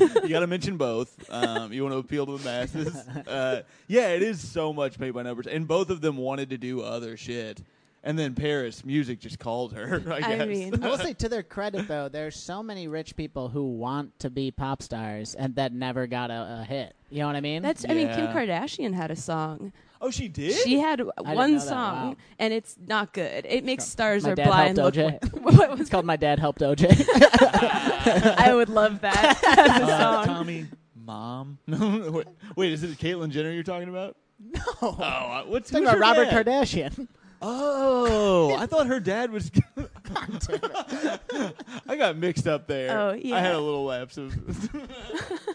S2: you got to mention both. Um, you want to appeal to the masses. Uh, yeah, it is so much paid by numbers, and both of them wanted to do other shit. And then Paris music just called her. I,
S3: I
S2: guess.
S3: mean-
S4: I will say to their credit though, there's so many rich people who want to be pop stars and that never got a, a hit. You know what I mean?
S3: That's I mean Kim
S2: Yeah.
S3: Kardashian had a song.
S2: oh, she did.
S3: She had
S4: know
S3: one
S4: that.
S3: song
S4: Wow.
S3: and it's not good. It makes stars
S4: My
S3: are
S4: dad
S3: blind look.
S4: helped
S3: What,
S4: OJ.
S3: what
S4: it's
S3: was
S4: called My Dad Helped OJ.
S3: I would love that as a
S2: uh,
S3: song.
S2: Tommy, mom. No, wait, wait, is it Caitlyn Jenner you're talking about?
S4: no.
S2: Oh, uh, what's
S4: Talking
S2: who's
S4: about
S2: her
S4: Robert
S2: dad?
S4: Kardashian.
S2: Oh, I thought her dad was. I got mixed up there.
S3: Oh,
S2: I had
S3: yeah.
S2: a little lapse of.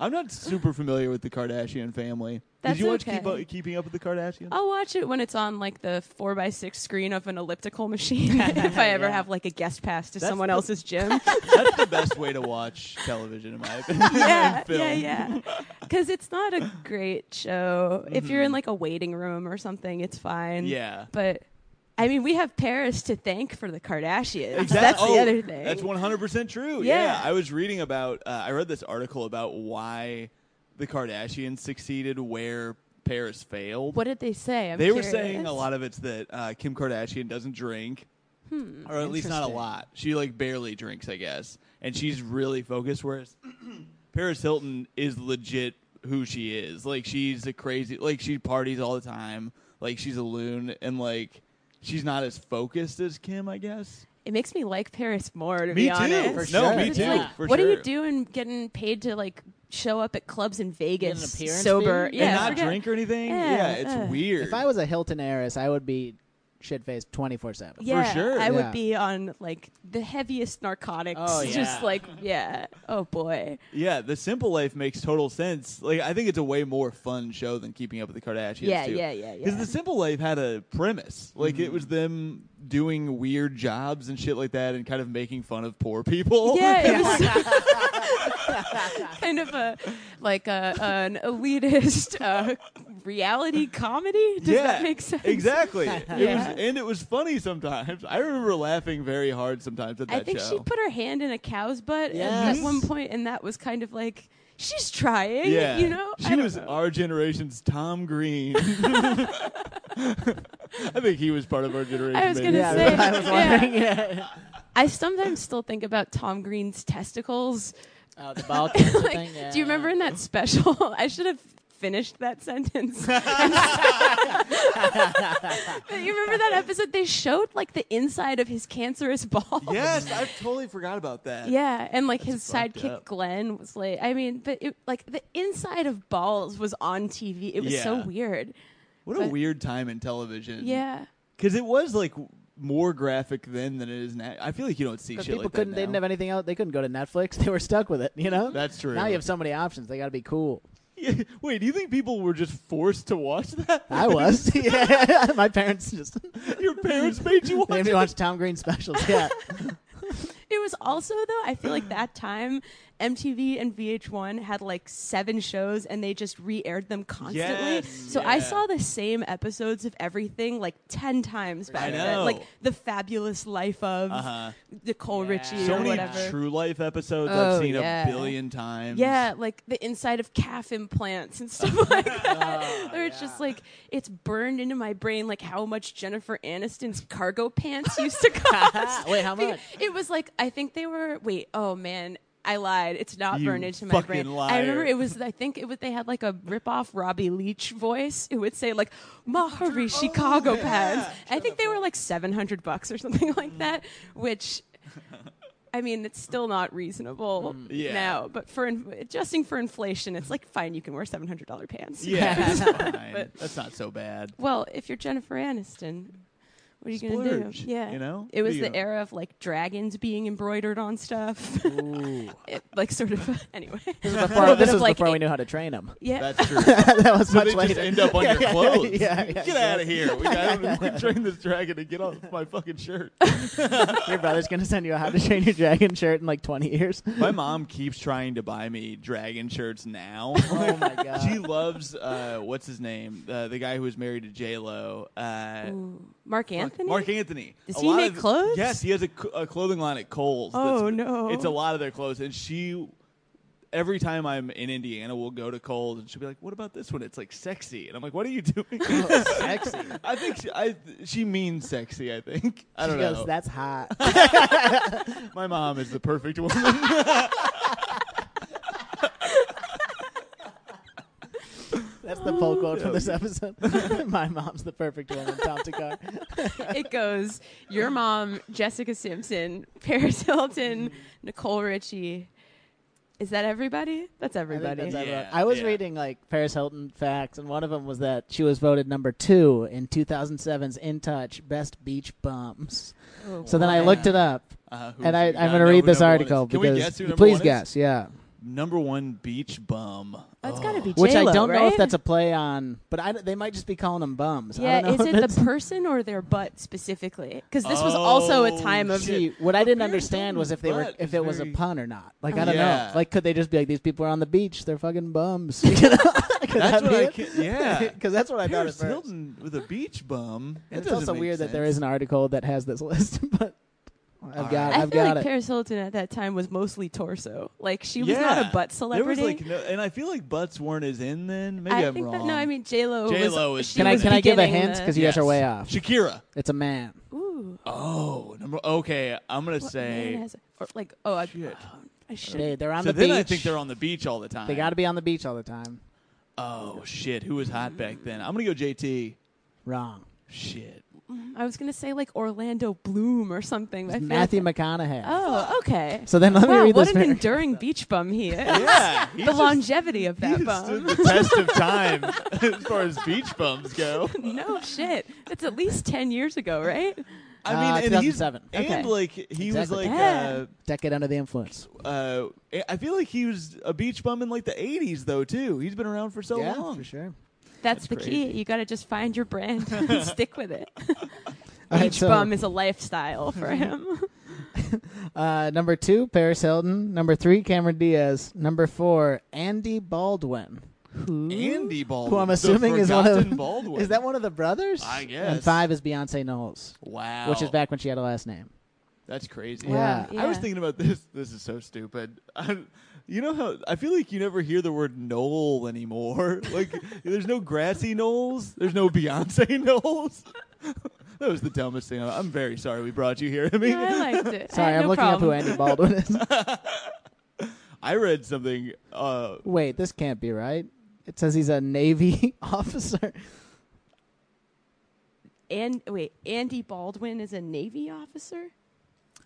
S2: I'm not super familiar with the Kardashian family.
S3: That's
S2: Did you watch
S3: okay. Oh.
S2: Keep Up, Keeping Up with the Kardashians?
S3: I'll watch it when it's on like the four by six screen of an elliptical machine if I ever
S4: Yeah.
S3: have like a guest pass to
S2: That's
S3: someone
S2: the-
S3: else's gym.
S2: That's the best way to watch television, in my opinion.
S3: yeah,
S2: And film.
S3: yeah, yeah. Because it's not a great show. If you're in like a waiting room or something, it's fine.
S2: Mm-hmm. Yeah.
S3: But I mean, we have Paris to thank for the Kardashians.
S2: Exact-
S3: That's
S2: oh,
S3: the other thing.
S2: That's 100% true. Yeah.
S3: Yeah.
S2: I was reading about, uh, I read this article about why the Kardashians succeeded where Paris failed.
S3: What did they say? I'm
S2: they were
S3: curious.
S2: saying a lot of it's that uh, Kim Kardashian doesn't drink,
S3: Hmm,
S2: or at least not a
S4: Interesting.
S2: lot. She like barely drinks, I guess, and she's really focused. Whereas Paris Hilton is legit who she is. Like she's a crazy, like she parties all the time. Like she's a loon, and like she's not as focused as Kim, I guess.
S3: It makes me like Paris more, to
S2: Me
S3: be
S2: too.
S3: honest.
S2: no,
S4: For sure.
S2: me
S3: It's
S2: too.
S3: like,
S2: for
S3: what
S2: sure.
S3: are you doing getting paid to like show up at clubs in Vegas
S4: Get an appearance
S3: sober?
S4: fee?
S2: And
S3: Yeah,
S2: not
S3: forget-
S2: drink or anything. Yeah,
S3: Yeah,
S2: it's
S3: uh.
S2: weird.
S4: If I was a Hilton heiress, I would be shit faced twenty four seven.
S3: Yeah,
S2: sure.
S3: I
S4: Yeah.
S3: would be on like the heaviest narcotics.
S4: Oh, yeah.
S3: Just like yeah. Oh boy.
S2: Yeah, The Simple Life makes total sense. Like, I think it's a way more fun show than Keeping Up with the Kardashians.
S3: Yeah,
S2: too.
S3: yeah, yeah, Mm-hmm.
S2: Because
S3: yeah.
S2: The Simple Life had a premise. Like, it was them doing weird jobs and shit like that, and kind of making fun of poor people.
S3: Yeah, it was kind of a like a an elitist uh, reality comedy. Does
S2: yeah,
S3: that make sense?
S2: Exactly. It was,
S3: Yeah.
S2: and it was funny sometimes. I remember laughing very hard sometimes at that
S3: I think
S2: show.
S3: she put her hand in a cow's butt
S4: Yes.
S3: at one point, and that was kind of like she's trying.
S2: yeah,
S3: you know, I
S2: she
S3: don't
S2: was
S3: know.
S2: our generation's Tom Green. I think he was part of our generation.
S3: I was
S2: maybe.
S3: gonna say,
S4: Yeah, I was
S3: yeah.
S4: wondering.
S3: I sometimes still think about Tom Green's testicles.
S4: Oh, the ball cancer
S3: Like,
S4: thing. Yeah,
S3: do you remember
S4: yeah.
S3: in that special? I should have finished that sentence. you remember that episode? They showed like the inside of his cancerous ball.
S2: Yes, I totally forgot about that.
S3: Yeah, and like his
S2: fucked
S3: sidekick
S2: up.
S3: Glenn was like, I mean, but it, like the inside of balls was on TV. It was so
S2: Yeah.
S3: weird.
S2: What a
S3: But-
S2: weird time in television.
S3: Yeah.
S2: Because it was like w- more graphic then than it is now. I feel like you don't see shit
S4: Because people
S2: like
S4: couldn't,
S2: that
S4: they
S2: now.
S4: didn't have anything else. They couldn't go to Netflix. They were stuck with it, you know?
S2: That's true.
S4: Now you have so many options. They got to be cool.
S2: Wait, do you think people were just forced to watch that?
S4: I was. yeah. My parents just
S2: Your parents made you watch
S4: made
S2: it.
S4: me watch Tom Green specials. Yeah.
S3: It was also though, I feel like that time MTV and VH1 had like seven shows and they just re-aired them constantly.
S2: Yes,
S3: so I
S2: yeah.
S3: saw the same episodes of everything like 10 times back
S2: I
S3: then.
S2: know.
S3: Like The Fabulous Life of
S2: Uh-huh.
S3: Nicole
S4: Yeah.
S3: Richie
S2: So
S3: or
S2: many
S3: whatever.
S2: True Life episodes
S3: Oh,
S2: I've seen
S3: yeah.
S2: a billion times.
S3: yeah, like the inside of calf implants and stuff like
S2: Oh,
S3: that. Where it's just like it's burned into my brain like how much Jennifer Aniston's cargo pants used to cost.
S4: Wait, how
S3: Beca-
S4: much?
S3: It was like I think they were. Wait, oh man, I lied. It's not
S2: You
S3: burned into my
S2: fucking
S3: brain. I
S2: liar.
S3: remember it was. I think it was. They had like a rip-off Robbie Leach voice. It would say like
S2: Oh,
S3: Mahari Chicago pads. I think they were like seven hundred bucks or something
S2: Mm.
S3: like that. Which, I mean, it's still not reasonable
S2: Mm. yeah.
S3: now. But for in- adjusting for inflation, it's like fine. You can wear seven hundred dollar pants.
S2: Yeah, that's fine.
S3: But-
S2: That's not so bad.
S3: Well, if you're Jennifer Aniston, what are you going to
S2: Splurge,
S3: do? Yeah.
S2: you know?
S3: It was
S2: There you
S3: the
S2: go.
S3: era of like dragons being embroidered on stuff. It, like sort of anyway. This was
S4: Before, this was before we knew how to train them.
S3: Yeah.
S2: That's true.
S4: that was
S2: so
S4: much
S2: they
S4: later.
S2: just end up on your clothes.
S4: yeah, yeah,
S2: get out of here. We got to train this dragon to get off my fucking shirt.
S4: Your brother's gonna send you a How to Train Your Dragon shirt in like 20 years.
S2: my mom keeps trying to buy me dragon shirts now.
S4: Oh my god.
S2: She loves uh, what's his name, uh, the guy who was married to J Lo. Uh,
S3: Ooh. Mark
S2: Fuck,
S3: Anthony?
S2: Mark Anthony.
S3: Does
S2: A
S3: he
S2: lot
S3: make
S2: of-
S3: clothes?
S2: Yes, he has a, c- a clothing line at Kohl's.
S3: Oh,
S2: that's-
S3: no.
S2: It's a lot of their clothes, and she. Every time I'm in Indiana, we'll go to Kohl's, and she'll be like, "What about this one? It's like sexy." And I'm like, "What are you doing?"
S4: Oh. sexy.
S2: I think she, I she means sexy. I think I
S4: She
S2: don't
S4: goes,
S2: know.
S4: that's hot.
S2: My mom is the perfect woman.
S4: That's the poll quote for this episode. My mom's the perfect woman, Tom Takar.
S3: It goes your mom, Jessica Simpson, Paris
S2: Mm.
S3: Hilton, Nicole Richie. Is that everybody? That's everybody.
S4: That's
S2: Yeah,
S4: ironic. I was
S2: yeah.
S4: reading like Paris Hilton facts, and one of them was that she was voted number two in 2007's In Touch Best Beach Bums.
S3: Oh,
S4: So then I
S3: boy.
S4: looked it up,
S2: Uh, who-
S4: and I,
S2: you
S4: I'm
S2: gotta
S4: going to
S2: know
S4: read
S2: who
S4: this
S2: number one
S4: article
S2: is. Can we
S4: because
S2: guess who number
S4: please
S2: one is?
S4: guess, yeah.
S2: Number one beach bum.
S3: That's got to be
S4: Oh. Which I
S3: J-Lo,
S4: don't know if
S3: right?
S4: that's a play on, but I, they might just be calling them bums. I
S3: Yeah,
S4: don't know
S3: is
S4: if
S3: it
S4: it's-
S3: the person or their butt specifically? Because this was also a
S2: Oh,
S3: time of
S2: shit.
S4: See, what I didn't
S2: Apparently
S4: understand was if they were
S2: butt
S4: if
S2: is
S4: it was a
S2: very-
S4: pun or not. Like I don't
S2: Yeah.
S4: know. Like could they just be like these people are on the beach, they're fucking bums. You know? Could
S2: Oh, That's
S4: that
S2: what
S4: be
S2: I
S4: it?
S2: can- yeah.
S4: Because that's what I thought. at
S2: Paris
S4: first.
S2: Hilton with a beach bum. That
S4: And it's also
S2: doesn't make
S4: weird that there
S2: sense.
S4: is an article that has this list, but I've
S2: All
S4: got
S2: right.
S3: I
S4: I've
S3: feel
S4: got
S3: like
S4: it.
S3: Paris Hilton at that time was mostly torso. Like she was not a
S2: Yeah.
S3: butt
S2: There was
S3: celebrity.
S2: like, no, and I feel like butts weren't as in then. Maybe
S3: I
S2: am
S3: think
S2: wrong.
S3: that no, I mean J Lo.
S2: J.Lo
S3: was,
S2: is-
S3: she
S4: Can I
S3: was
S4: can I give a
S3: beginning
S4: hint?
S3: the-
S4: Because you guys are way off.
S2: Shakira.
S4: It's a man.
S3: Ooh,
S2: Oh, number. Okay, I'm gonna
S3: what
S2: say.
S3: man has a- or like oh, I,
S2: Shit.
S3: oh, I should.
S4: They, are on
S2: so
S4: the
S2: then
S4: beach.
S2: I think they're on the beach all the time.
S4: They got to be on the beach all the time.
S2: Oh shit, who was hot back then? I'm gonna go JT.
S4: Wrong.
S2: Shit.
S3: I was gonna say like Orlando Bloom or something. but I feel
S4: Matthew
S3: Like,
S4: McConaughey.
S3: oh, okay.
S4: So then let me
S3: wow,
S4: read
S3: what
S4: this.
S3: an
S4: very-
S3: enduring beach bum he is.
S2: Yeah,
S3: the
S2: he's just-
S3: longevity of
S2: He
S3: that
S2: has stood
S3: bum.
S2: the test of time as far as beach bums go.
S3: no shit, it's at least ten years ago, right?
S2: I
S4: Uh,
S2: mean, and he's
S4: 2007.
S3: Okay.
S2: and like he was
S4: Exactly.
S2: like,
S3: Yeah.
S4: Decade under the influence.
S2: uh, uh, I feel like he was a beach bum in like the '80s though too. He's been around for so
S4: yeah,
S2: long.
S4: for sure.
S2: That's
S3: That's, the
S2: crazy.
S3: key. You got to just find your brand and stick with it.
S4: All right,
S3: Beach
S4: so-
S3: bum is a lifestyle for
S4: Mm-hmm.
S3: him.
S4: Uh, number two, Paris Hilton. Number three, Cameron Diaz. Number four, Andy Baldwin,
S2: Andy Baldwin,
S4: who I'm
S2: the
S4: assuming is one
S2: forgotten
S4: of
S2: Baldwin.
S4: Is that one of the brothers?
S2: I guess. Oh.
S4: And five is Beyonce Knowles,
S2: Wow,
S4: which is back when she had a last name.
S2: That's crazy.
S4: Wow,
S3: Yeah.
S2: I was
S3: yeah.
S2: thinking about this. This is so stupid. I, you know how I feel like you never hear the word knoll anymore. Like there's no grassy knolls. There's no Beyonce knolls. That was the dumbest thing. I'm very sorry we brought you here. I mean,
S3: No, I liked it. I
S4: Sorry,
S3: had
S4: I'm
S3: Eh, no
S4: looking
S3: problem.
S4: up who Andy Baldwin is.
S2: I read something. Uh,
S4: Wait, this can't be right. It says he's a Navy officer.
S3: And wait, Andy Baldwin is a Navy officer.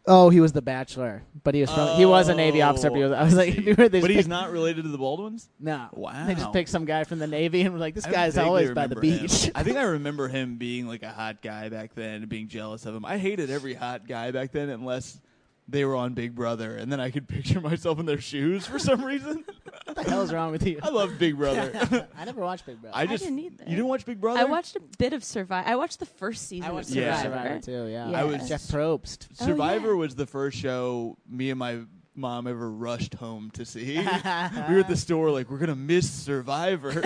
S4: Oh, he was the Bachelor, but he was from, he was a Navy
S2: Oh,
S4: officer. But he was, I was like, dude, they just
S2: but he's
S4: picked-
S2: not related to the Baldwins.
S4: No,
S2: Wow.
S4: They just picked some guy from the Navy and was like, this
S2: I
S4: guy's
S2: vaguely
S4: always by the
S2: remember him.
S4: beach.
S2: I think I remember him being like a hot guy back then and being jealous of him. I hated every hot guy back then unless they were on Big Brother, and then I could picture myself in their shoes for some reason.
S4: what the hell's wrong with you?
S2: I loved Big Brother.
S4: I never watched Big Brother.
S2: I just
S3: didn't
S2: you
S3: either.
S2: didn't watch Big Brother.
S3: I watched a bit of Survivor. I watched the first season.
S4: Oh, watched
S3: of
S2: Yeah.
S3: Survivor.
S4: Survivor too. Yeah,
S3: I
S2: was-
S4: Jeff Probst.
S3: Oh,
S2: Survivor
S3: yeah.
S2: was the first show me and my mom ever rushed home to see. we were at the store like we're gonna miss Survivor,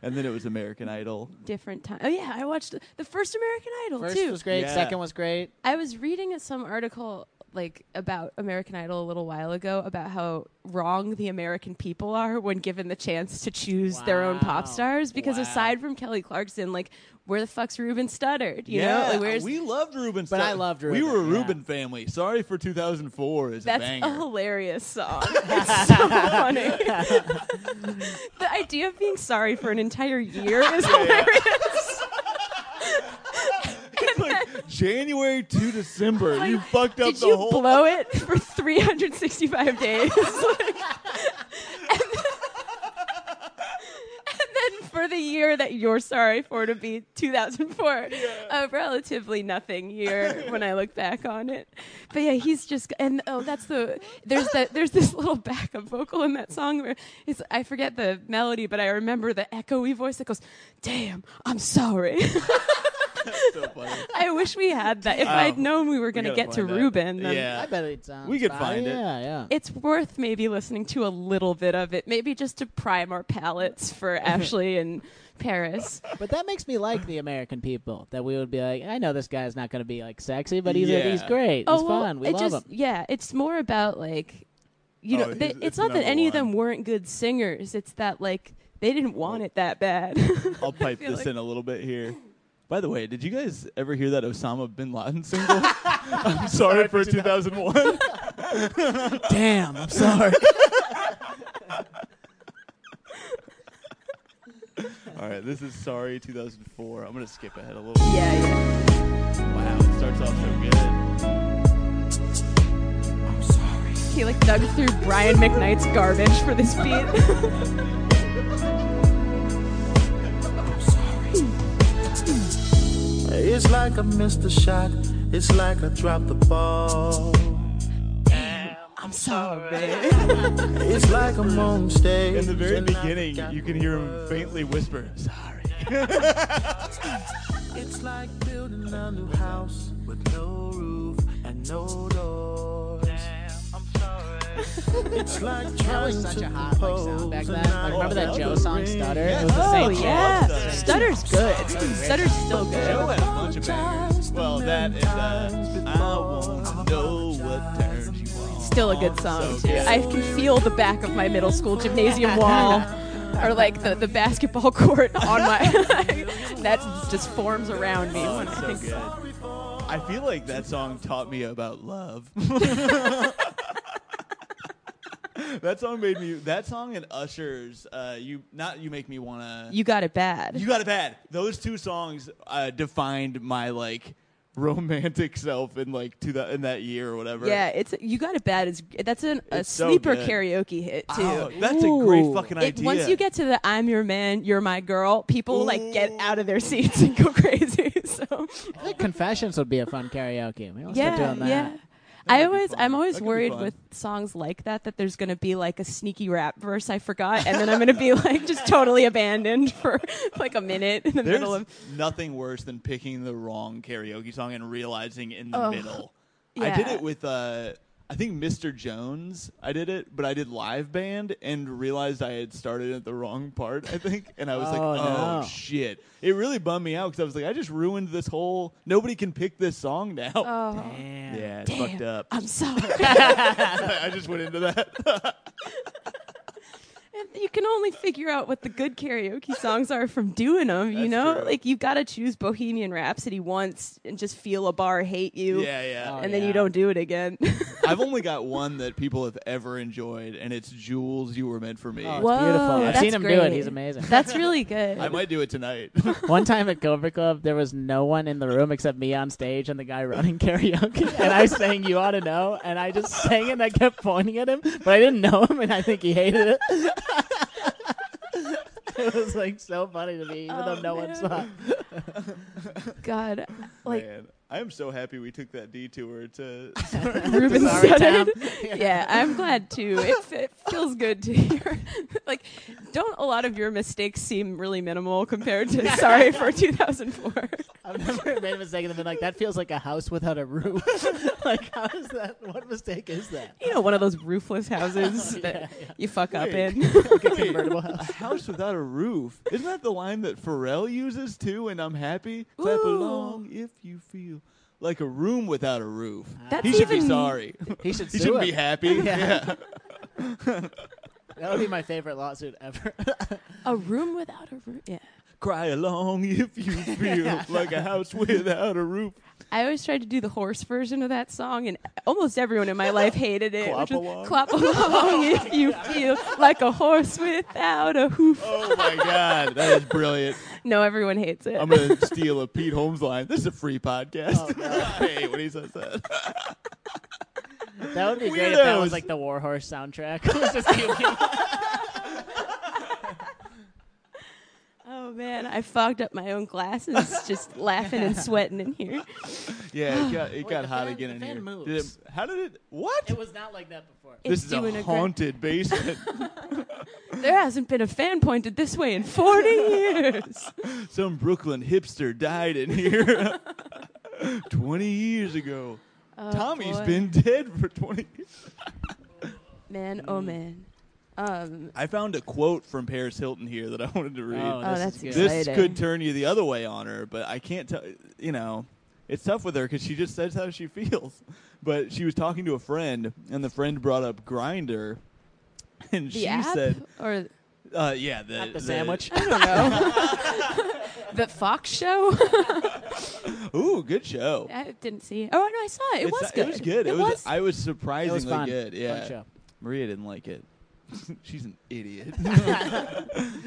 S2: and then it was American Idol.
S3: Different time. Oh yeah, I watched the first American Idol
S4: First
S3: too.
S4: was great.
S2: Yeah.
S4: Second was great.
S3: I was reading some article like about American Idol a little while ago about how wrong the American people are when given the chance to choose their own pop
S4: Wow.
S3: stars. Because
S4: Wow.
S3: aside from Kelly Clarkson, like where the fuck's Ruben Studdard? You know, like, where's
S2: we loved Ruben.
S4: But I
S2: Studdard.
S4: loved
S2: We
S4: Reuben,
S2: were a
S4: yeah.
S2: Ruben family. Sorry for 2004 is
S3: That's oh,
S2: a banger.
S3: a hilarious song. It's so funny. the idea of being sorry for an entire year is hilarious.
S2: It's like January to December. you fucked up
S3: Did
S2: the
S3: you
S2: whole.
S3: blow it for 365 days? Like, and, then, and then for the year that you're sorry for to be 2004, a uh, relatively nothing year when I look back on it. But yeah, he's just and oh, that's the there's that there's this little backup vocal in that song where it's I forget the melody, but I remember the echoey voice that goes, "Damn, I'm sorry."
S2: so funny.
S3: I wish we had that. If I'd known we were going to
S2: gotta
S3: get to
S2: find that.
S3: Ruben, then
S2: Yeah.
S4: I bet it's on.
S2: We could
S4: Spotify.
S2: find it.
S4: Yeah, yeah.
S3: it's worth maybe listening to a little bit of it, maybe just to prime our palates for Ashley and Paris.
S4: But that makes me like the American people. That we would be like, I know this guy's not going to be like sexy, but he's
S2: Yeah.
S4: he's great.
S3: oh,
S4: he's
S3: well,
S4: fun. We
S3: it
S4: love
S3: just,
S4: him.
S3: Yeah, it's more about like, you know,
S2: Oh,
S3: they,
S2: he's-
S3: it's,
S2: it's
S3: not that
S2: number
S3: any of them
S2: one. Oh.
S3: weren't good singers. It's that like they didn't want it that bad.
S2: I'll pipe
S3: feel
S2: this
S3: like-
S2: in a little bit here. By the way, did you guys ever hear that Osama bin Laden single? I'm sorry for 2001.
S4: Damn, I'm sorry.
S2: All right, this is sorry 2004. I'm gonna skip ahead a little.
S3: yeah, yeah.
S2: Wow, it starts off so good.
S3: He like dug through Brian McKnight's garbage for this beat.
S7: It's like I missed a shot. It's like I dropped the ball.
S3: I'm sorry.
S7: It's like I'm on stage.
S2: In the very
S7: and I
S2: beginning,
S7: forgot
S2: you can
S7: the
S2: hear him
S7: words.
S2: faintly whisper, "Sorry."
S7: It's like building a new house with no roof and no doors. It's like
S4: That
S7: trying
S4: was such
S7: to
S4: a hot like,
S7: compose
S4: sound back
S7: and
S4: then.
S7: I
S4: Like, remember that
S7: love
S4: Joe
S7: the
S4: song
S2: Oh,
S7: ring.
S4: Stutter?
S2: Yes.
S4: It was the same
S3: Oh
S4: song.
S3: yeah,
S2: Stutter.
S3: Stutter's good. Stutter's still good.
S2: Joe had a bunch of bangers. Well, that is uh, I want to know what turns you on.
S3: Still a good song
S2: So
S3: too.
S2: good.
S3: I can feel the back of my middle school gymnasium wall, or like the, the basketball court on my. that just forms around me.
S2: Oh,
S3: when
S2: it's
S3: I
S2: so
S3: think-
S2: good. I feel like that song taught me about love. that song made me. That song and Usher's uh, "You Not You Make Me Wanna."
S3: You got it bad.
S2: You got it bad. Those two songs uh, defined my like romantic self in like to that in that year or whatever.
S3: yeah, it's you got it bad. Is that's an, a
S2: It's so
S3: sleeper
S2: good.
S3: karaoke hit too.
S2: Oh, that's a great
S4: Ooh.
S2: fucking
S3: It,
S2: idea.
S3: once you get to the "I'm your man, you're my girl," people like get out of their seats and go crazy. So
S4: I think Confessions would be a fun karaoke. We always
S3: yeah,
S4: been doing that.
S3: yeah.
S2: might
S3: I
S2: be
S3: always,
S2: fun.
S3: I'm always
S2: That could be
S3: worried
S2: fun.
S3: with songs like that that there's gonna be like a sneaky rap verse I forgot, and then I'm gonna be like just totally abandoned for like a minute in the
S2: There's
S3: middle of.
S2: nothing worse than picking the wrong karaoke song and realizing in the
S3: Ugh,
S2: middle. I did
S3: yeah.
S2: it with uh I think Mr. Jones. I did it, but I did live band and realized I had started at the wrong part. I think, and I was like,
S4: Oh,
S2: "Oh
S4: no.
S2: shit!" It really bummed me out because I was like, "I just ruined this whole. Nobody can pick this song now."
S3: Oh,
S4: Damn.
S2: yeah, it's
S3: damn!
S2: fucked up.
S3: I'm sorry.
S2: I just went into that.
S3: And you can only figure out what the good karaoke songs are from doing them. You
S2: That's
S3: know,
S2: true.
S3: like you got to choose Bohemian Rhapsody once and just feel a bar hate you,
S2: Yeah, yeah.
S4: Oh,
S3: and then
S4: yeah.
S3: you don't do it again.
S2: I've only got one that people have ever enjoyed, and it's Jules, You Were Meant for Me.
S4: Oh, it's
S3: Whoa,
S4: beautiful. I've
S3: that's
S4: seen him do it.
S3: great.
S4: He's amazing.
S3: That's really good.
S2: I might do it tonight.
S4: One time at Cobra Club, there was no one in the room except me on stage and the guy running karaoke, and I sang "You Ought to Know," and I just sang it. and I kept pointing at him, but I didn't know him, and I think he hated it. it was like so funny to me, even
S3: Oh,
S4: though no one
S3: man.
S4: saw.
S3: God, like
S2: Man, I'm so happy we took that detour to.
S3: Ruben
S4: Sorry,
S3: said
S4: Tom.
S3: it. yeah, I'm glad too. It, f- it feels good to hear. like, don't a lot of your mistakes seem really minimal compared to Sorry for 2004?
S4: I've never made a mistake and been like, "That feels like a house without a roof." like, how is that? What mistake is that?
S3: You know, one of those roofless houses that you fuck up
S2: Wait.
S3: in.
S4: Like a convertible house.
S2: A house without a roof. Isn't that the line that Pharrell uses too? And I'm happy. Clap
S3: Ooh.
S2: along if you feel like a room without a roof.
S3: That's
S2: he should be
S3: even-
S2: sorry.
S4: He should.
S2: he
S4: sue
S2: shouldn't
S4: him.
S2: be happy. Yeah.
S4: That would be my favorite lawsuit ever.
S3: a room without a roof. Yeah.
S2: Cry along if you feel like a house without a roof.
S3: I always tried to do the horse version of that song, and almost everyone in my life hated it. which
S2: Clop-along?
S3: was, Clop along if you feel like a horse without a hoof.
S2: Oh my God, that is brilliant.
S3: No, everyone hates it.
S2: I'm gonna steal a Pete Holmes line. This is a free podcast. hey, when he says that,
S4: That would be great if that
S2: Weirdos.
S4: was like the Warhorse soundtrack. It was just you-
S3: Oh man, I fogged up my own glasses just laughing and sweating in here.
S2: yeah, it got, it got
S4: the
S2: hot
S4: fan-
S2: again
S4: the
S2: in
S4: fan
S2: here.
S4: moves.
S2: Did it- how did it? What?
S4: it was not like that before.
S3: It's
S2: this is
S3: doing
S2: a
S3: a gra-
S2: haunted basement.
S3: There hasn't been a fan pointed this way in 40 years.
S2: Some Brooklyn hipster died in here 20 years ago. Tommy's
S3: Oh, boy.
S2: been dead for 20 years.
S3: Man, oh
S2: Mm.
S3: man. Um,
S2: I found a quote from Paris Hilton here that I wanted to read.
S4: Oh,
S3: oh,
S4: This
S3: that's
S4: is good.
S3: exciting.
S2: this could turn you the other way on her, but I can't tell. You know, it's tough with her because she just says how she feels. But she was talking to a friend, and the friend brought up Grinder, and
S3: the
S2: she
S3: app
S2: said,
S3: or
S2: uh, "Yeah, the,
S4: Not the sandwich.
S3: the Fox show?
S2: Ooh, good show.
S3: I didn't see. Oh no, I saw it. It
S2: It's- uh,
S3: was good.
S2: It was good. It, was, I was
S4: It
S2: surprisingly
S4: was fun.
S2: good. Yeah.
S4: Fun show.
S2: Maria didn't like it. She's an idiot.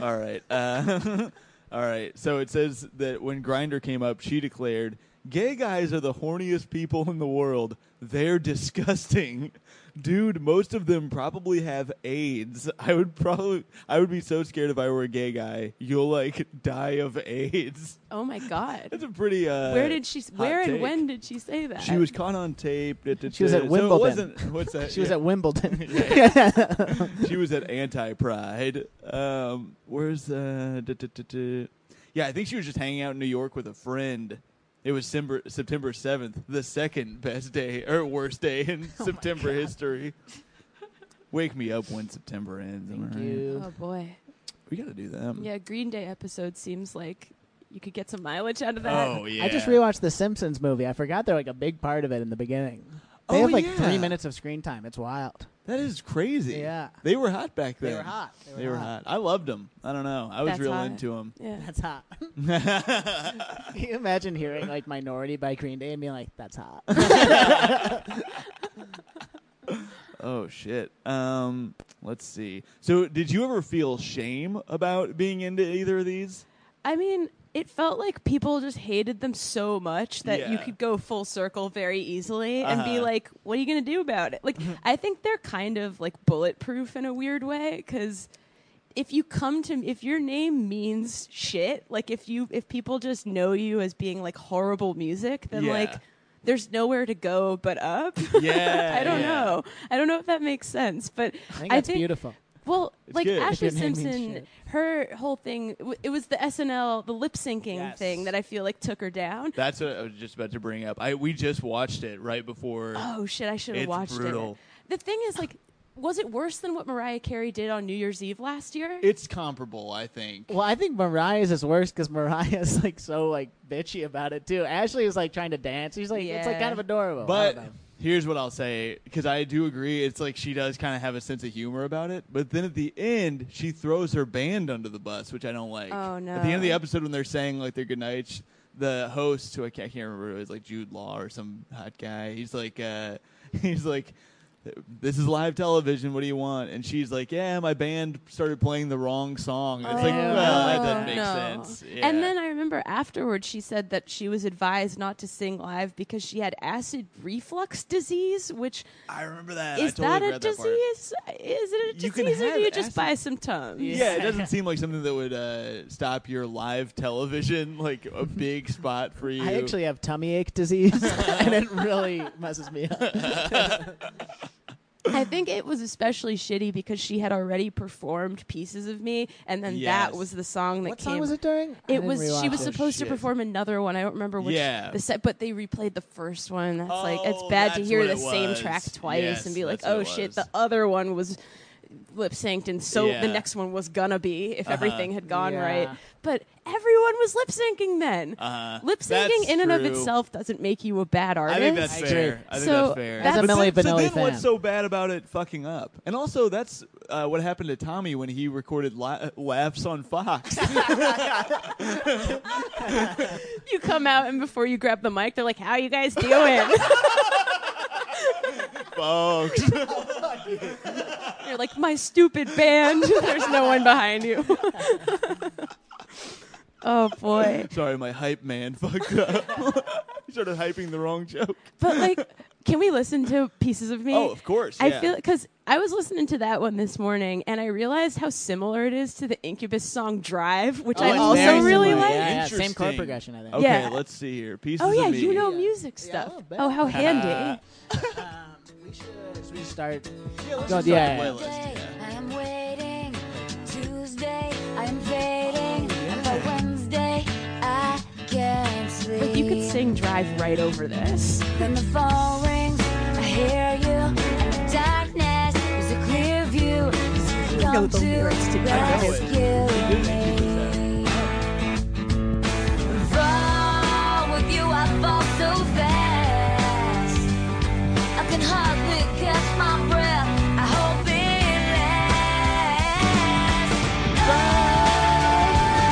S2: all right. Uh, all right. So it says that when Grinder came up, she declared, "Gay guys are the horniest people in the world. They're disgusting." Dude, most of them probably have AIDS. I would probably I would be so scared if I were a gay guy. You'll like die of AIDS.
S3: oh my god.
S2: That's a pretty uh
S3: Where did she? s-
S2: hot
S3: Where and
S2: take.
S3: when did she say that?
S2: She was caught on tape. da, da,
S4: She was
S2: da.
S4: at
S2: So it
S4: Wimbledon.
S2: wasn't- what's that?
S4: She was
S2: Yeah.
S4: at Wimbledon.
S2: she was at anti pride. Um, where's uh, duh, duh, duh, duh. yeah? I think she was just hanging out in New York with a friend. It was Sember- September seventh, the second best day or worst day in
S4: Oh
S2: September history. Wake me up when September ends. am I
S4: Thank
S2: right?
S4: you.
S3: Oh boy.
S2: We gotta do that.
S3: Yeah, Green Day episode seems like you could get some mileage out of that.
S2: Oh yeah.
S4: I just rewatched the Simpsons movie. I forgot they're like a big part of it in the beginning. They
S2: Oh,
S4: have like
S2: yeah.
S4: three minutes of screen time. It's wild.
S2: That is crazy.
S4: Yeah.
S2: They were hot back then.
S4: They were hot. They were,
S2: They were hot. I loved them. I don't know. I was
S3: That's
S2: real
S3: hot.
S2: into them.
S3: Yeah.
S4: That's hot. Can you imagine hearing like Minority by Green Day and being like, "That's hot."
S2: Oh shit. Um, let's see. So, did you ever feel shame about being into either of these?
S3: I mean, it felt like people just hated them so much that you
S2: Yeah.
S3: could go full circle very easily and be
S2: Uh-huh. Mm-hmm.
S3: like, what are you going to do about it? Like, I think they're kind of like bulletproof in a weird way because if you come to if your name means shit like if you if people just know you as being like horrible music then
S2: Yeah.
S3: like there's nowhere to go but up
S2: Yeah,
S3: i don't
S2: yeah.
S3: know i don't know if that makes sense but
S4: I think that's beautiful.
S3: well, like
S2: good.
S3: Ashley
S4: If your name means
S3: Simpson,
S4: shit.
S3: her whole thing, w- it was the SNL, the lip syncing
S4: Yes.
S3: thing that I feel like took her down.
S2: That's what I was just about to bring up. I we just watched it right before.
S3: Oh shit, I should have
S2: It's
S3: watched
S2: brutal.
S3: it. The thing is, like, was it worse than what Mariah Carey did on New Year's Eve last year?
S2: It's comparable, I think.
S4: Well, I think Mariah's is worse because Mariah's like so like bitchy about it too. Ashley is like trying to dance. She's like, it's like
S3: Yeah. Oh,
S4: kind of adorable. I
S2: But
S4: don't know.
S2: here's what I'll say because I do agree. It's like she does kind of have a sense of humor about it, but then at the end she throws her band under the bus, which I don't like.
S3: Oh,
S2: At the end of the
S3: no.
S2: episode when they're saying like their goodnights, the host who I can't, I can't remember it was like Jude Law or some hot guy. He's like, uh, he's like. This is live television. What do you want? And she's like, "Yeah, my band started playing the wrong song." And it's like,
S4: Oh,
S2: well, that
S4: no,
S2: doesn't make
S3: no.
S2: sense.
S3: And
S2: Yeah.
S3: then I remember afterwards she said that she was advised not to sing live because she had acid reflux disease, which
S2: I remember that. I
S3: is
S2: totally
S3: that a
S2: read that part.
S3: disease? Is it a
S2: You can
S3: disease or
S2: have
S3: do you just
S2: acid-
S3: buy symptoms?
S2: Yeah, it doesn't seem like something that would uh, stop your live television, like a big spot for you.
S4: I actually have tummy ache disease, and it really messes me up.
S3: I think it was especially shitty because she had already performed pieces of me, and then
S2: Yes.
S3: that was the song that
S4: What
S3: came.
S4: song was it during? I
S3: It
S4: didn't
S3: was she
S4: rewatch
S3: was
S4: it.
S3: supposed
S2: shit.
S3: to perform another one. I don't remember which.
S2: Yeah.
S3: The set, but they replayed the first one. That's like it's
S2: Oh,
S3: bad to
S2: that's
S3: hear
S2: what
S3: the
S2: it
S3: same
S2: was.
S3: track twice
S2: Yes,
S3: and be like,
S2: that's what
S3: oh
S2: it
S3: shit,
S2: was.
S3: the other one was lip synced, and so
S2: Yeah. Uh-huh.
S3: the next one was gonna be if everything had gone
S4: Yeah.
S3: right. But everyone was lip syncing then.
S2: Uh,
S3: lip
S2: that's
S3: syncing in and of
S2: true.
S3: itself doesn't make you a bad artist.
S2: I think that's
S4: agree.
S2: fair. I think
S3: So,
S2: that's fair.
S3: As a
S2: But then-
S4: Milli
S2: so
S4: Vanilli
S2: then what's
S4: fan.
S2: so bad about it fucking up? And also, that's uh, what happened to Tommy when he recorded li- Laughs on Fox.
S3: you come out and before you grab the mic, they're like, "How you guys doing?"
S2: Folks.
S3: You're like, my stupid band. There's no one behind you. oh boy.
S2: Sorry, my hype man fucked up. he started hyping the wrong joke.
S3: But like, can we listen to pieces of me?
S2: Oh, of course.
S3: I
S2: yeah.
S3: feel because I was listening to that one this morning, and I realized how similar it is to the Incubus song "Drive," which
S4: Oh,
S3: I
S4: it's
S3: also
S4: very
S3: really
S4: similar.
S3: like.
S4: Yeah, yeah,
S2: Interesting. Oh,
S4: same chord progression, I think.
S2: Okay,
S3: Yeah.
S2: let's see here. Pieces
S3: Oh yeah,
S2: of me.
S3: you know music stuff.
S4: little bit.
S3: oh, how handy!
S4: We should restart.
S2: Yeah, let's
S4: Go-
S2: just start the
S4: yeah, yeah.
S2: playlist.
S8: Day, I am waiting. Tuesday, I am fading. And by Wednesday, I can't sleep.
S3: Like you could sing "Drive" right over this.
S8: Then the phone rings. I hear you. And the darkness is a clear view. 'Cause you
S3: know
S8: come
S3: the lyrics to
S8: to
S3: that.
S8: rescue me. Fall with you, I fall so fast. I can hardly catch my breath. I hope it lasts.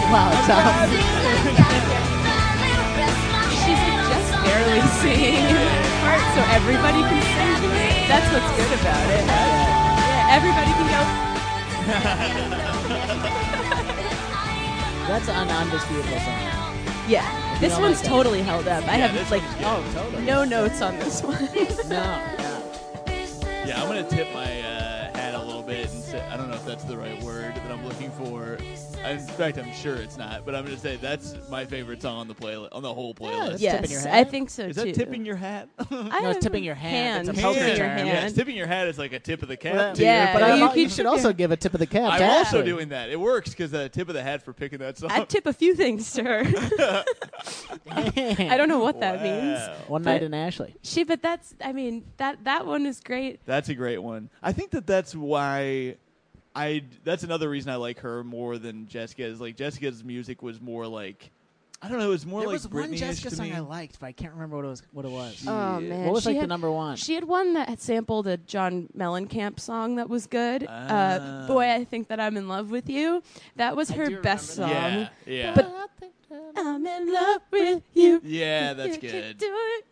S8: Oh,
S4: Wow, Tom.
S8: seems like I can finally rest my
S3: She's
S8: head on
S3: just
S8: something
S3: barely singing in the part, so everybody can sing. to it. That's what's good about it. Yeah, everybody can go.
S4: That's an undisputable song.
S3: Yeah, this
S4: don't
S3: one's
S4: like that.
S3: totally held up. I have
S2: this
S3: like
S4: Oh, totally.
S3: no notes on this one.
S4: No.
S2: Yeah, I'm gonna tip my uh, hat a little bit and say I don't know if that's the right word that I'm looking for. In fact, I'm sure it's not, but I'm gonna say that's my favorite song on the playlist, on the whole playlist.
S4: that's tipping your
S3: yes,
S4: hat.
S3: I think so
S2: Is
S3: too.
S2: that tipping your hat?
S3: I
S4: No, it's
S3: have
S4: tipping your hand. It's a
S3: Hand.
S4: poker
S3: Tipping your
S4: term.
S3: hand.
S2: Yes, tipping your hat is like a tip of the cap. to
S3: yeah,
S2: your-
S4: but
S3: you
S4: I'm al-
S3: can
S4: you, should
S3: tip
S4: also
S3: your-
S4: give a tip of the cap.
S2: I'm
S4: to
S2: also
S4: Ashley.
S2: doing that. It works because the tip of the hat for picking that song.
S3: I tip a few things, sir. I don't know what that means.
S2: Wow.
S4: One night in Ashley.
S3: She, but that's. I mean, that that one is great.
S2: That's a great one. I think that that's why I. That's another reason I like her more than Jessica's. Like Jessica's music was more like I don't know. It was more
S4: There
S2: like
S4: was one
S2: Britney-ish
S4: Jessica
S2: to
S4: song
S2: me.
S4: I liked, but I can't remember what it was. What it was.
S3: Oh man,
S4: What was
S3: she
S4: like the
S3: had-
S4: number one?
S3: She had one that had sampled a John Mellencamp song that was good.
S2: Ah.
S3: Uh, Boy, I think that I'm in love with you. That was her best song.
S2: Yeah, yeah,
S3: But I'm in love with you.
S2: yeah, that's
S3: You can
S2: good.
S3: do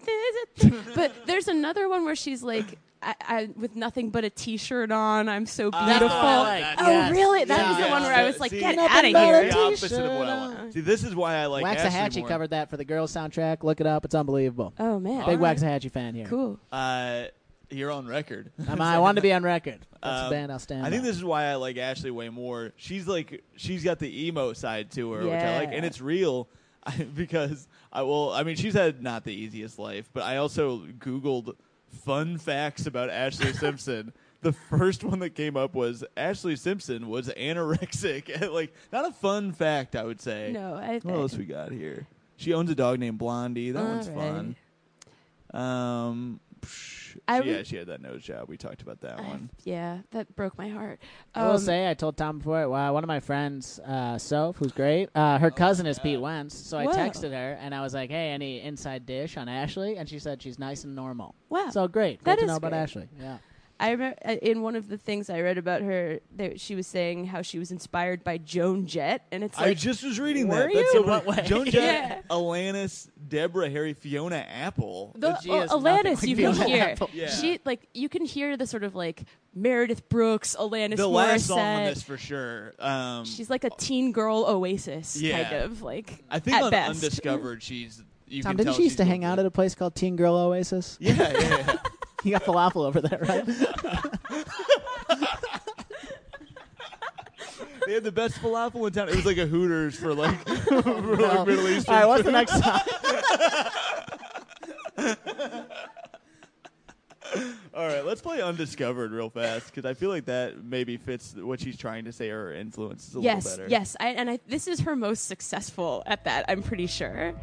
S3: it. but there's another one where she's like, I, I with nothing but a t-shirt on. I'm so
S2: Ah,
S3: beautiful.
S2: that's
S3: oh,
S2: good.
S3: really? That was the
S2: Yeah.
S3: one where I was like,
S2: See,
S3: get out of
S4: nothing
S2: That's
S4: but
S3: here.
S4: a
S2: the opposite of what I
S4: t-shirt
S2: want. See, this is why I like Ashley
S4: Waxahachie
S2: more.
S4: covered that for the girls soundtrack. Look it up; it's unbelievable.
S3: Oh man,
S4: Big
S2: right.
S4: Waxahachie fan here.
S3: cool.
S2: Uh, you're on record.
S4: I'm, I want to be on record. That's
S2: Um,
S4: a band I'll stand.
S2: I think
S4: by.
S2: this is why I like Ashley way more. She's like she's got the emo side to her, which I like,
S3: Yeah.
S2: and it's real. I, because I will. I mean, she's had not the easiest life, but I also googled fun facts about Ashley Simpson. The first one that came up was Ashley Simpson was anorexic. like not a fun fact, I would say.
S3: No, I
S2: What else we got here? She owns a dog named Blondie. That
S3: All
S2: one's
S3: right.
S2: fun. Um, psh, She,
S3: I
S2: yeah,
S3: would-
S2: she had that nose job. We talked about that
S3: I-
S2: one.
S3: yeah, that broke my heart.
S4: I will
S3: Um,
S4: say, I told Tom before. Well, one of my friends, uh, Soph, who's great, uh, her cousin is Pete Wentz. So
S3: Whoa.
S4: I texted her and I was like, "Hey, any inside dish on Ashley?" And she said she's nice and normal.
S3: Wow.
S4: So great.
S3: That
S4: great to
S3: is
S4: know about
S3: great.
S4: Ashley. Yeah.
S3: I remember uh, in one of the things I read about her, that she was saying how she was inspired by Joan Jett, and it's
S2: I
S3: like
S2: just was reading
S3: were
S2: that.
S3: you?
S2: That's
S3: In
S2: so
S4: what
S2: funny.
S4: way?
S2: Joan
S3: Yeah.
S2: Jett, Alanis, Deborah, Harry, Fiona Apple.
S3: the
S4: Gee is
S3: well,
S4: nothing
S3: Uh, Alanis.
S4: like
S3: You
S4: Fiona
S3: can hear
S4: Apple.
S2: Yeah.
S3: she like you can hear the sort of like Meredith Brooks, Alanis
S2: the last song on
S3: Morissette.
S2: this for sure. Um,
S3: She's like a teen girl oasis,
S2: Yeah.
S3: kind of like
S2: I think
S3: at
S2: on
S3: best.
S2: Undiscovered, she's. You
S4: Tom,
S2: can
S4: didn't
S2: tell
S4: she used
S2: she's
S4: to hang
S2: doing
S4: out
S2: good.
S4: at a place called Teen Girl Oasis?
S2: Yeah, yeah, yeah.
S4: you got falafel over there, right?
S2: they had the best falafel in town. It was like a Hooters for like, for like Middle Eastern.
S4: All right, what's the next song?
S2: All right, let's play Undiscovered real fast because I feel like that maybe fits what she's trying to say or her influences a
S3: yes,
S2: little better.
S3: yes, I, and I, this is her most successful at that. I'm pretty sure.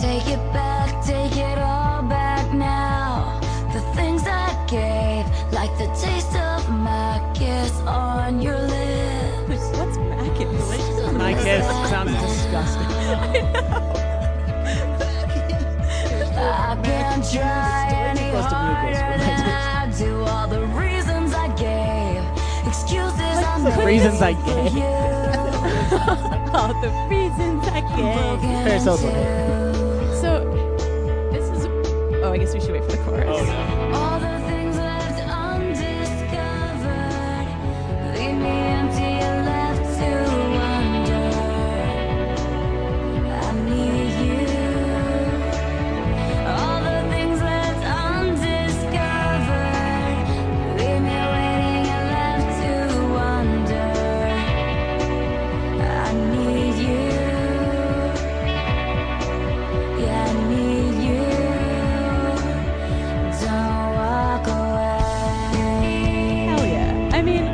S8: Take it back, take it all back now. The things I gave, like the taste of my kiss on your lips.
S3: What's Mac in relation?
S4: My kiss sounds disgusting.
S8: I can't try any
S4: supposed to be a ghost,
S8: harder
S4: but I
S8: than I do. All the reasons I gave, excuses I made.
S4: reasons I
S8: for
S4: gave.
S8: you.
S3: All Oh, the reasons I gave.
S8: Broken
S4: Very self-aware.
S8: too.
S3: So this is. Oh, I guess we should wait for the chorus.
S1: Oh no.
S8: All the things left undiscovered leave me empty and left to wonder. I need you. All the things left undiscovered leave me waiting and left to wonder. I need you. Yeah, I need you. Don't walk away.
S3: Hell yeah! I mean,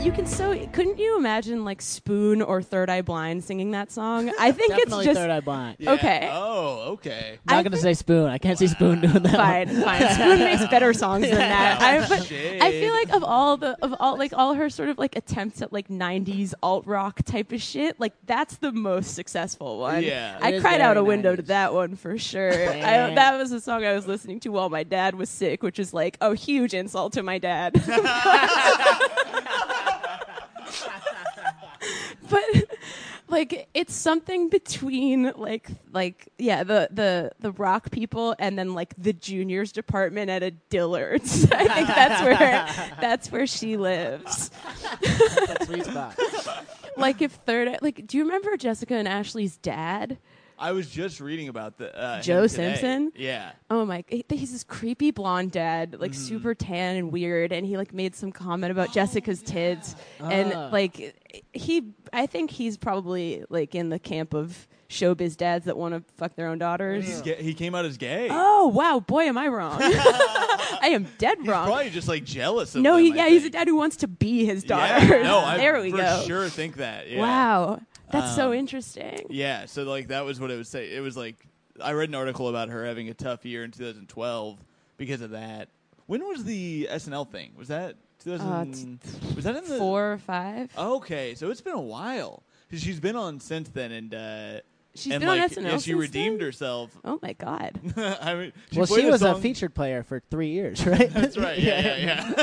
S3: you can so. Couldn't you imagine like Spoon or Third Eye Blind singing that song? I think it's
S4: Definitely
S3: just
S4: Third Eye Blind.
S2: Yeah.
S3: Okay.
S2: Oh, okay.
S3: I
S4: I'm not gonna
S3: think-
S4: say spoon. I can't see spoon doing that. one.
S3: fine, fine. Spoon makes better songs than that. I, but I
S2: Shade.
S3: feel like of all the of all like all her sort of like attempts at like '90s alt rock type of shit, like that's the most successful one.
S2: Yeah.
S4: It
S3: I
S4: is
S3: cried out
S4: very
S3: a window to
S4: 90s.
S3: that one for sure. I,
S4: Dang.
S3: that was a song I was listening to while my dad was sick, which is like a huge insult to my dad. but like it's something between like like yeah the the the rock people and then like the juniors department at a Dillard's. I think that's where that's where she lives.
S4: That sweet spot.
S3: Like if third like do you remember Jessica and Ashley's dad?
S2: I was just reading about the uh, him
S3: Joe
S2: today.
S3: Simpson?
S2: Yeah.
S3: Oh my! he- He's this creepy blonde dad,
S2: Mm.
S3: like super tan and weird, and he like made some comment about Jessica's tits,
S4: Ah.
S3: and like he, I think he's probably like in the camp of showbiz dads that want to fuck their own daughters.
S2: He's ga- he came out as gay.
S3: Oh wow, boy, am I wrong? I am dead
S2: He's
S3: wrong.
S2: probably just like jealous of
S3: no,
S2: them,
S3: he,
S2: I
S3: yeah, he's a
S2: think.
S3: dad who wants to be his
S2: Yeah.
S3: daughter.
S2: No, I
S3: there we
S2: for
S3: go.
S2: sure think that. Yeah.
S3: Wow, that's so
S2: Um,
S3: interesting.
S2: Yeah, so like that was what it would say. It was like I read an article about her having a tough year in 2012 because of that. When was the SNL thing? Was that 2000? was that in the
S3: Uh, Four or five.
S2: Oh. Okay, so it's been a while. 'Cause She's been on since then, and uh,
S3: She's
S2: and
S3: been on
S2: like,
S3: SNL.
S2: Yeah, she
S3: since
S2: redeemed
S3: then?
S2: herself.
S3: Oh my god.
S2: I mean, she
S4: well,
S2: played
S4: she was a
S2: song-
S4: featured player for three years, right?
S2: That's right. Yeah, yeah,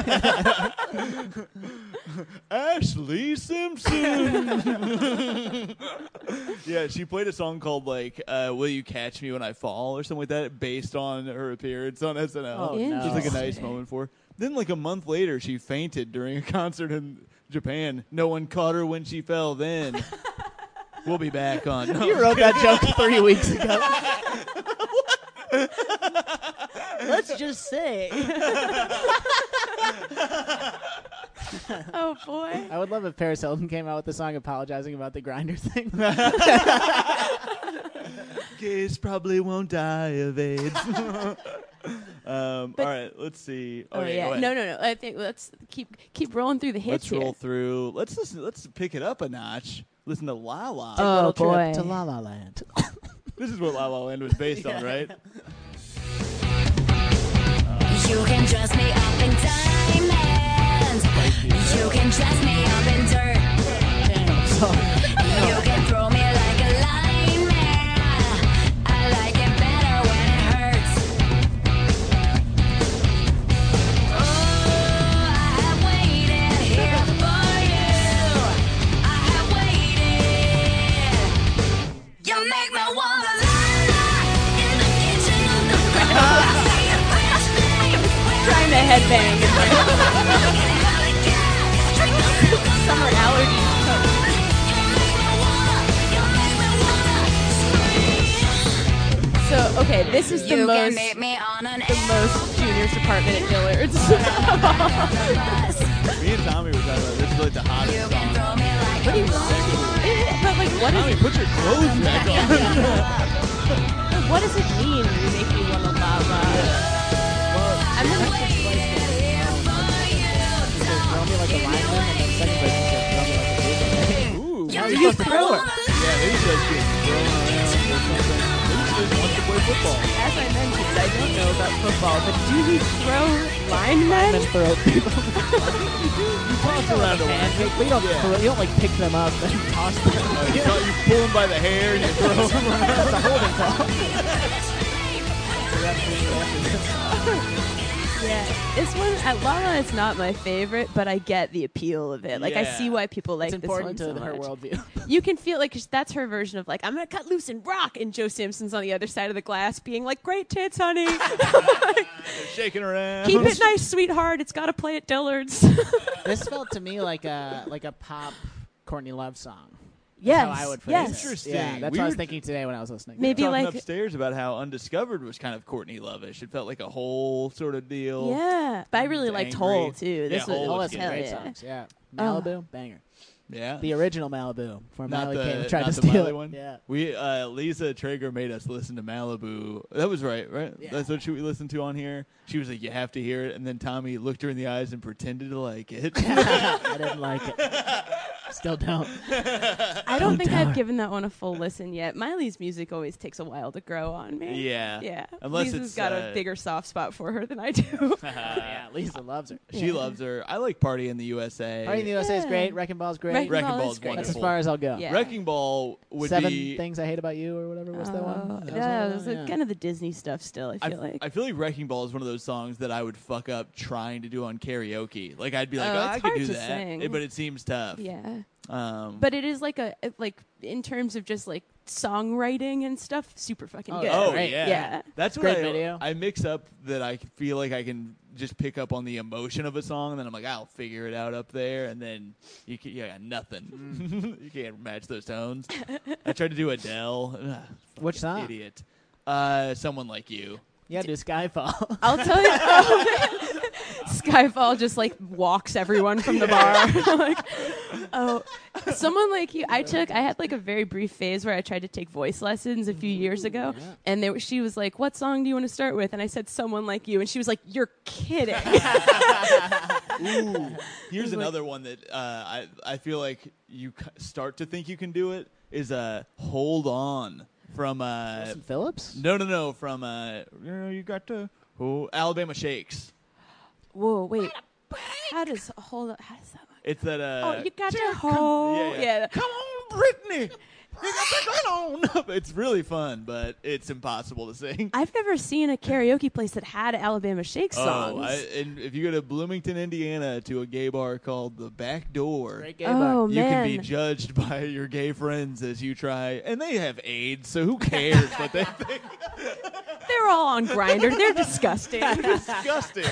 S2: yeah. Ashley Simpson. yeah, she played a song called like uh, "Will You Catch Me When I Fall" or something like that, based on her appearance on SNL.
S4: Oh,
S2: it was like a nice
S3: Interesting.
S2: moment for. her. Then, like a month later, she fainted during a concert in Japan. No one caught her when she fell. Then. We'll be back on.
S4: You wrote that joke three weeks ago. Let's just say,
S3: oh boy.
S4: I would love if Paris Hilton came out with the song apologizing about the grinder thing.
S2: Gays probably won't die of AIDS. um, all right, let's see.
S3: Oh
S2: Okay, go
S3: yeah,
S2: ahead.
S3: no, no, no. I think let's keep keep rolling through the hits
S2: Let's roll
S3: here.
S2: through. Let's listen. Let's pick it up a notch. Listen to La La.
S3: Oh,
S4: Little trip
S3: boy.
S4: to La La Land.
S2: This is what La La Land was based on, right?
S8: You can dress me up in diamonds. You can dress me up in dirt. You can throw me like a lineman. I like it better when it hurts. Oh, I have waited here for you. I have waited. You make me wanna lie in the kitchen of the room. Say a French name.
S3: Trying to headbang.
S8: Summer
S3: So okay, this is the
S8: You can
S3: most
S8: meet me on an
S3: the most juniors department at Dillard's.
S8: bus.
S2: Me and Tommy were talking about this is like the hottest
S8: You
S2: song.
S8: can throw
S3: but
S8: me like a ball.
S3: like, what
S2: Tommy,
S3: is
S2: put your clothes back on.
S3: what does it mean? You make me wanna la la. I'm gonna
S2: Ooh,
S8: You
S2: why are
S8: can
S2: you supposed to
S8: throw
S2: throw
S8: it.
S2: it? Yeah, they used to like get thrown around or something. They used to just want to play football.
S3: As I mentioned, I don't know about football, but do we throw linemen?
S2: You toss around a line.
S4: Pancake. We don't.
S2: Yeah.
S4: throw- You don't like pick them up and toss them.
S2: Oh, You, thought you pull them by the hair and you throw them around.
S4: That's a holding call.
S3: Yeah, this one at Lala is not my favorite, but I get the appeal of it. Like I
S2: Yeah.
S3: see why people like
S4: It's important
S3: this
S4: to
S3: one so
S4: her
S3: much.
S4: worldview.
S3: You can feel like 'cause that's her version of like I'm gonna cut loose and rock, and Joe Simpson's on the other side of the glass being like, "Great tits, honey.
S2: Shaking around.
S3: Keep it nice, sweetheart. It's gotta play at Dillard's."
S4: this felt to me like a like a pop Courtney Love song. That's
S3: yes,
S4: how I would phrase
S3: yes.
S4: it.
S2: Interesting.
S4: Yeah, that's
S2: We
S4: what I was
S2: were-
S4: thinking today when I was listening.
S3: Maybe
S2: Talking
S3: like
S2: upstairs about how Undiscovered was kind of Courtney Love-ish. It felt like a whole sort of deal.
S3: yeah, but I really liked
S2: Angry.
S3: Hole too. This
S2: Yeah,
S3: was
S2: Hole
S4: Oh,
S2: was
S4: that's
S2: good.
S3: hell
S4: great
S3: yeah.
S4: songs. Yeah,
S3: Oh.
S4: Malibu banger.
S2: Yeah.
S4: The original Malibu, where
S2: not
S4: Miley
S2: the,
S4: came and tried
S2: not
S4: to
S2: the
S4: steal
S2: Miley
S4: it.
S2: one.
S4: Yeah.
S2: We uh, Lisa Traeger made us listen to Malibu. That was right, right?
S4: Yeah.
S2: That's what she we listened to on here. She was like, "You have to hear it," and then Tommy looked her in the eyes and pretended to like it.
S4: I didn't like it. Still don't.
S3: I don't think I've given that one a full listen yet. Miley's music always takes a while to grow on me.
S2: yeah,
S3: Yeah.
S2: Unless
S3: Lisa's
S2: it's
S3: got
S2: uh,
S3: a bigger soft spot for her than I do.
S4: yeah, Lisa loves her.
S2: She loves her. I like Party in the USA.
S4: Party in the USA is great. Wrecking Ball's great.
S3: Wrecking
S2: Wrecking
S3: Ball
S2: Ball
S3: is
S2: is
S3: great.
S4: That's
S2: wonderful.
S4: as far as I'll go.
S3: Yeah.
S2: Wrecking Ball would
S4: Seven
S2: be.
S4: things I hate about you, or whatever was that one?
S3: Oh,
S4: That was one
S3: yeah,
S4: of
S3: it was
S4: them,
S3: like, kind of the Disney stuff still, I
S2: I,
S3: feel like.
S2: I feel like Wrecking Ball is one of those songs that I would fuck up trying to do on karaoke. Like I'd be like,
S3: Oh,
S2: oh, I
S3: it's
S2: could
S3: hard
S2: do
S3: to
S2: that,
S3: sing.
S2: It- but it seems tough.
S3: yeah.
S2: Um,
S3: But it is like a, it- like, in terms of just like songwriting and stuff, super fucking
S4: Oh,
S3: good.
S2: Oh
S4: Right.
S2: yeah,
S3: Yeah.
S2: That's what
S4: Great
S2: I,
S4: video.
S2: I mix up that I feel like I can just pick up on the emotion of a song, and then I'm like, I'll figure it out up there, and then you can, you got nothing. you can't match those tones. I tried to do Adele. Ugh,
S4: Which
S2: fucking
S4: song?
S2: Idiot. Uh, someone like you.
S4: Yeah, do Skyfall.
S3: I'll tell you. oh, man. Skyfall just like walks everyone from the bar. like, oh, someone like you. I took. I had like a very brief phase where I tried to take voice lessons a few years ago,
S2: Mm-hmm.
S3: and there she was like, "What song do you want to start with?" And I said, "Someone like you," and she was like, "You're kidding."
S2: Ooh, here's
S3: like-
S2: another one that uh, I I feel like you c- start to think you can do it is uh, hold on from uh,
S4: Wilson Phillips.
S2: no no no from uh, you know you got to oh, Alabama Shakes.
S3: Whoa, wait. How does hold on? How does that? Work?
S2: It's that uh,
S3: oh, you got your whole
S2: yeah, yeah. Come on, Brittany. You got that going on. it's really fun, but it's impossible to sing.
S3: I've never seen a karaoke place that had Alabama Shake songs.
S2: Oh, I, and if you go to Bloomington, Indiana, to a gay bar called the Back Door,
S4: Great gay bar.
S3: oh
S2: you
S3: man.
S2: can be judged by your gay friends as you try, and they have AIDS, so who cares what they think?
S3: They're all on grinder. They're disgusting.
S2: Disgusting.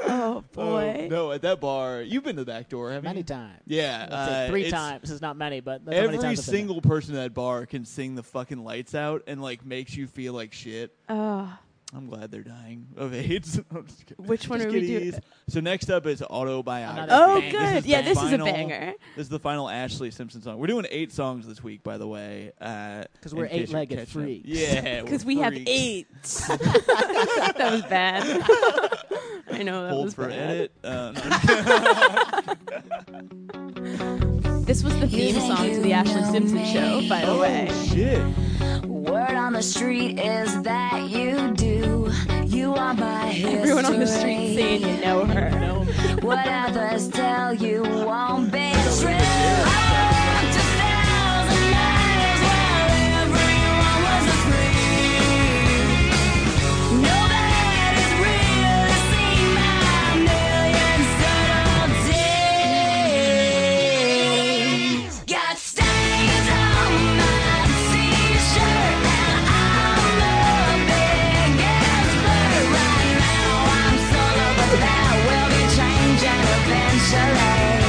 S3: oh boy.
S2: Oh, no, at that bar, you've been to the Back Door, haven't
S4: Many
S2: you?
S4: times.
S2: Yeah,
S4: Let's say
S2: uh,
S4: three
S2: it's-
S4: times is not many, but that's how many
S2: Every
S4: times I've been
S2: single person at that bar can sing the fucking lights out and like makes you feel like shit.
S3: Oh,
S2: I'm glad they're dying of AIDS. I'm just kidding.
S3: Which one
S2: Just
S3: are we
S2: kiddies.
S3: doing?
S2: So next up is autobiography.
S4: Another Oh,
S2: This
S3: good.
S2: the
S3: Yeah, this is a
S2: final-
S3: banger.
S2: This is the final Ashley Simpson song. We're doing eight songs this week, by the way. Because
S4: we're eight-legged freaks.
S2: Yeah,
S3: because
S2: we're
S3: we have
S2: freaks.
S3: eight. that was bad. I know that
S2: Hold
S3: was
S2: for
S3: bad.
S2: edit. Uh, no.
S3: This This was the theme song to the Ashley Simpson show, by the way.
S2: Oh, Shit.
S8: Word on the street is that you do. You are my history.
S3: Everyone on the street saying you know her.
S8: What others tell you won't be true. I walked a thousand miles while everyone was asleep. Nobody's really seen my million subtleties. Got stains on my t-shirt and I'm the biggest blur right now. I'm solo, but that will be changing eventually.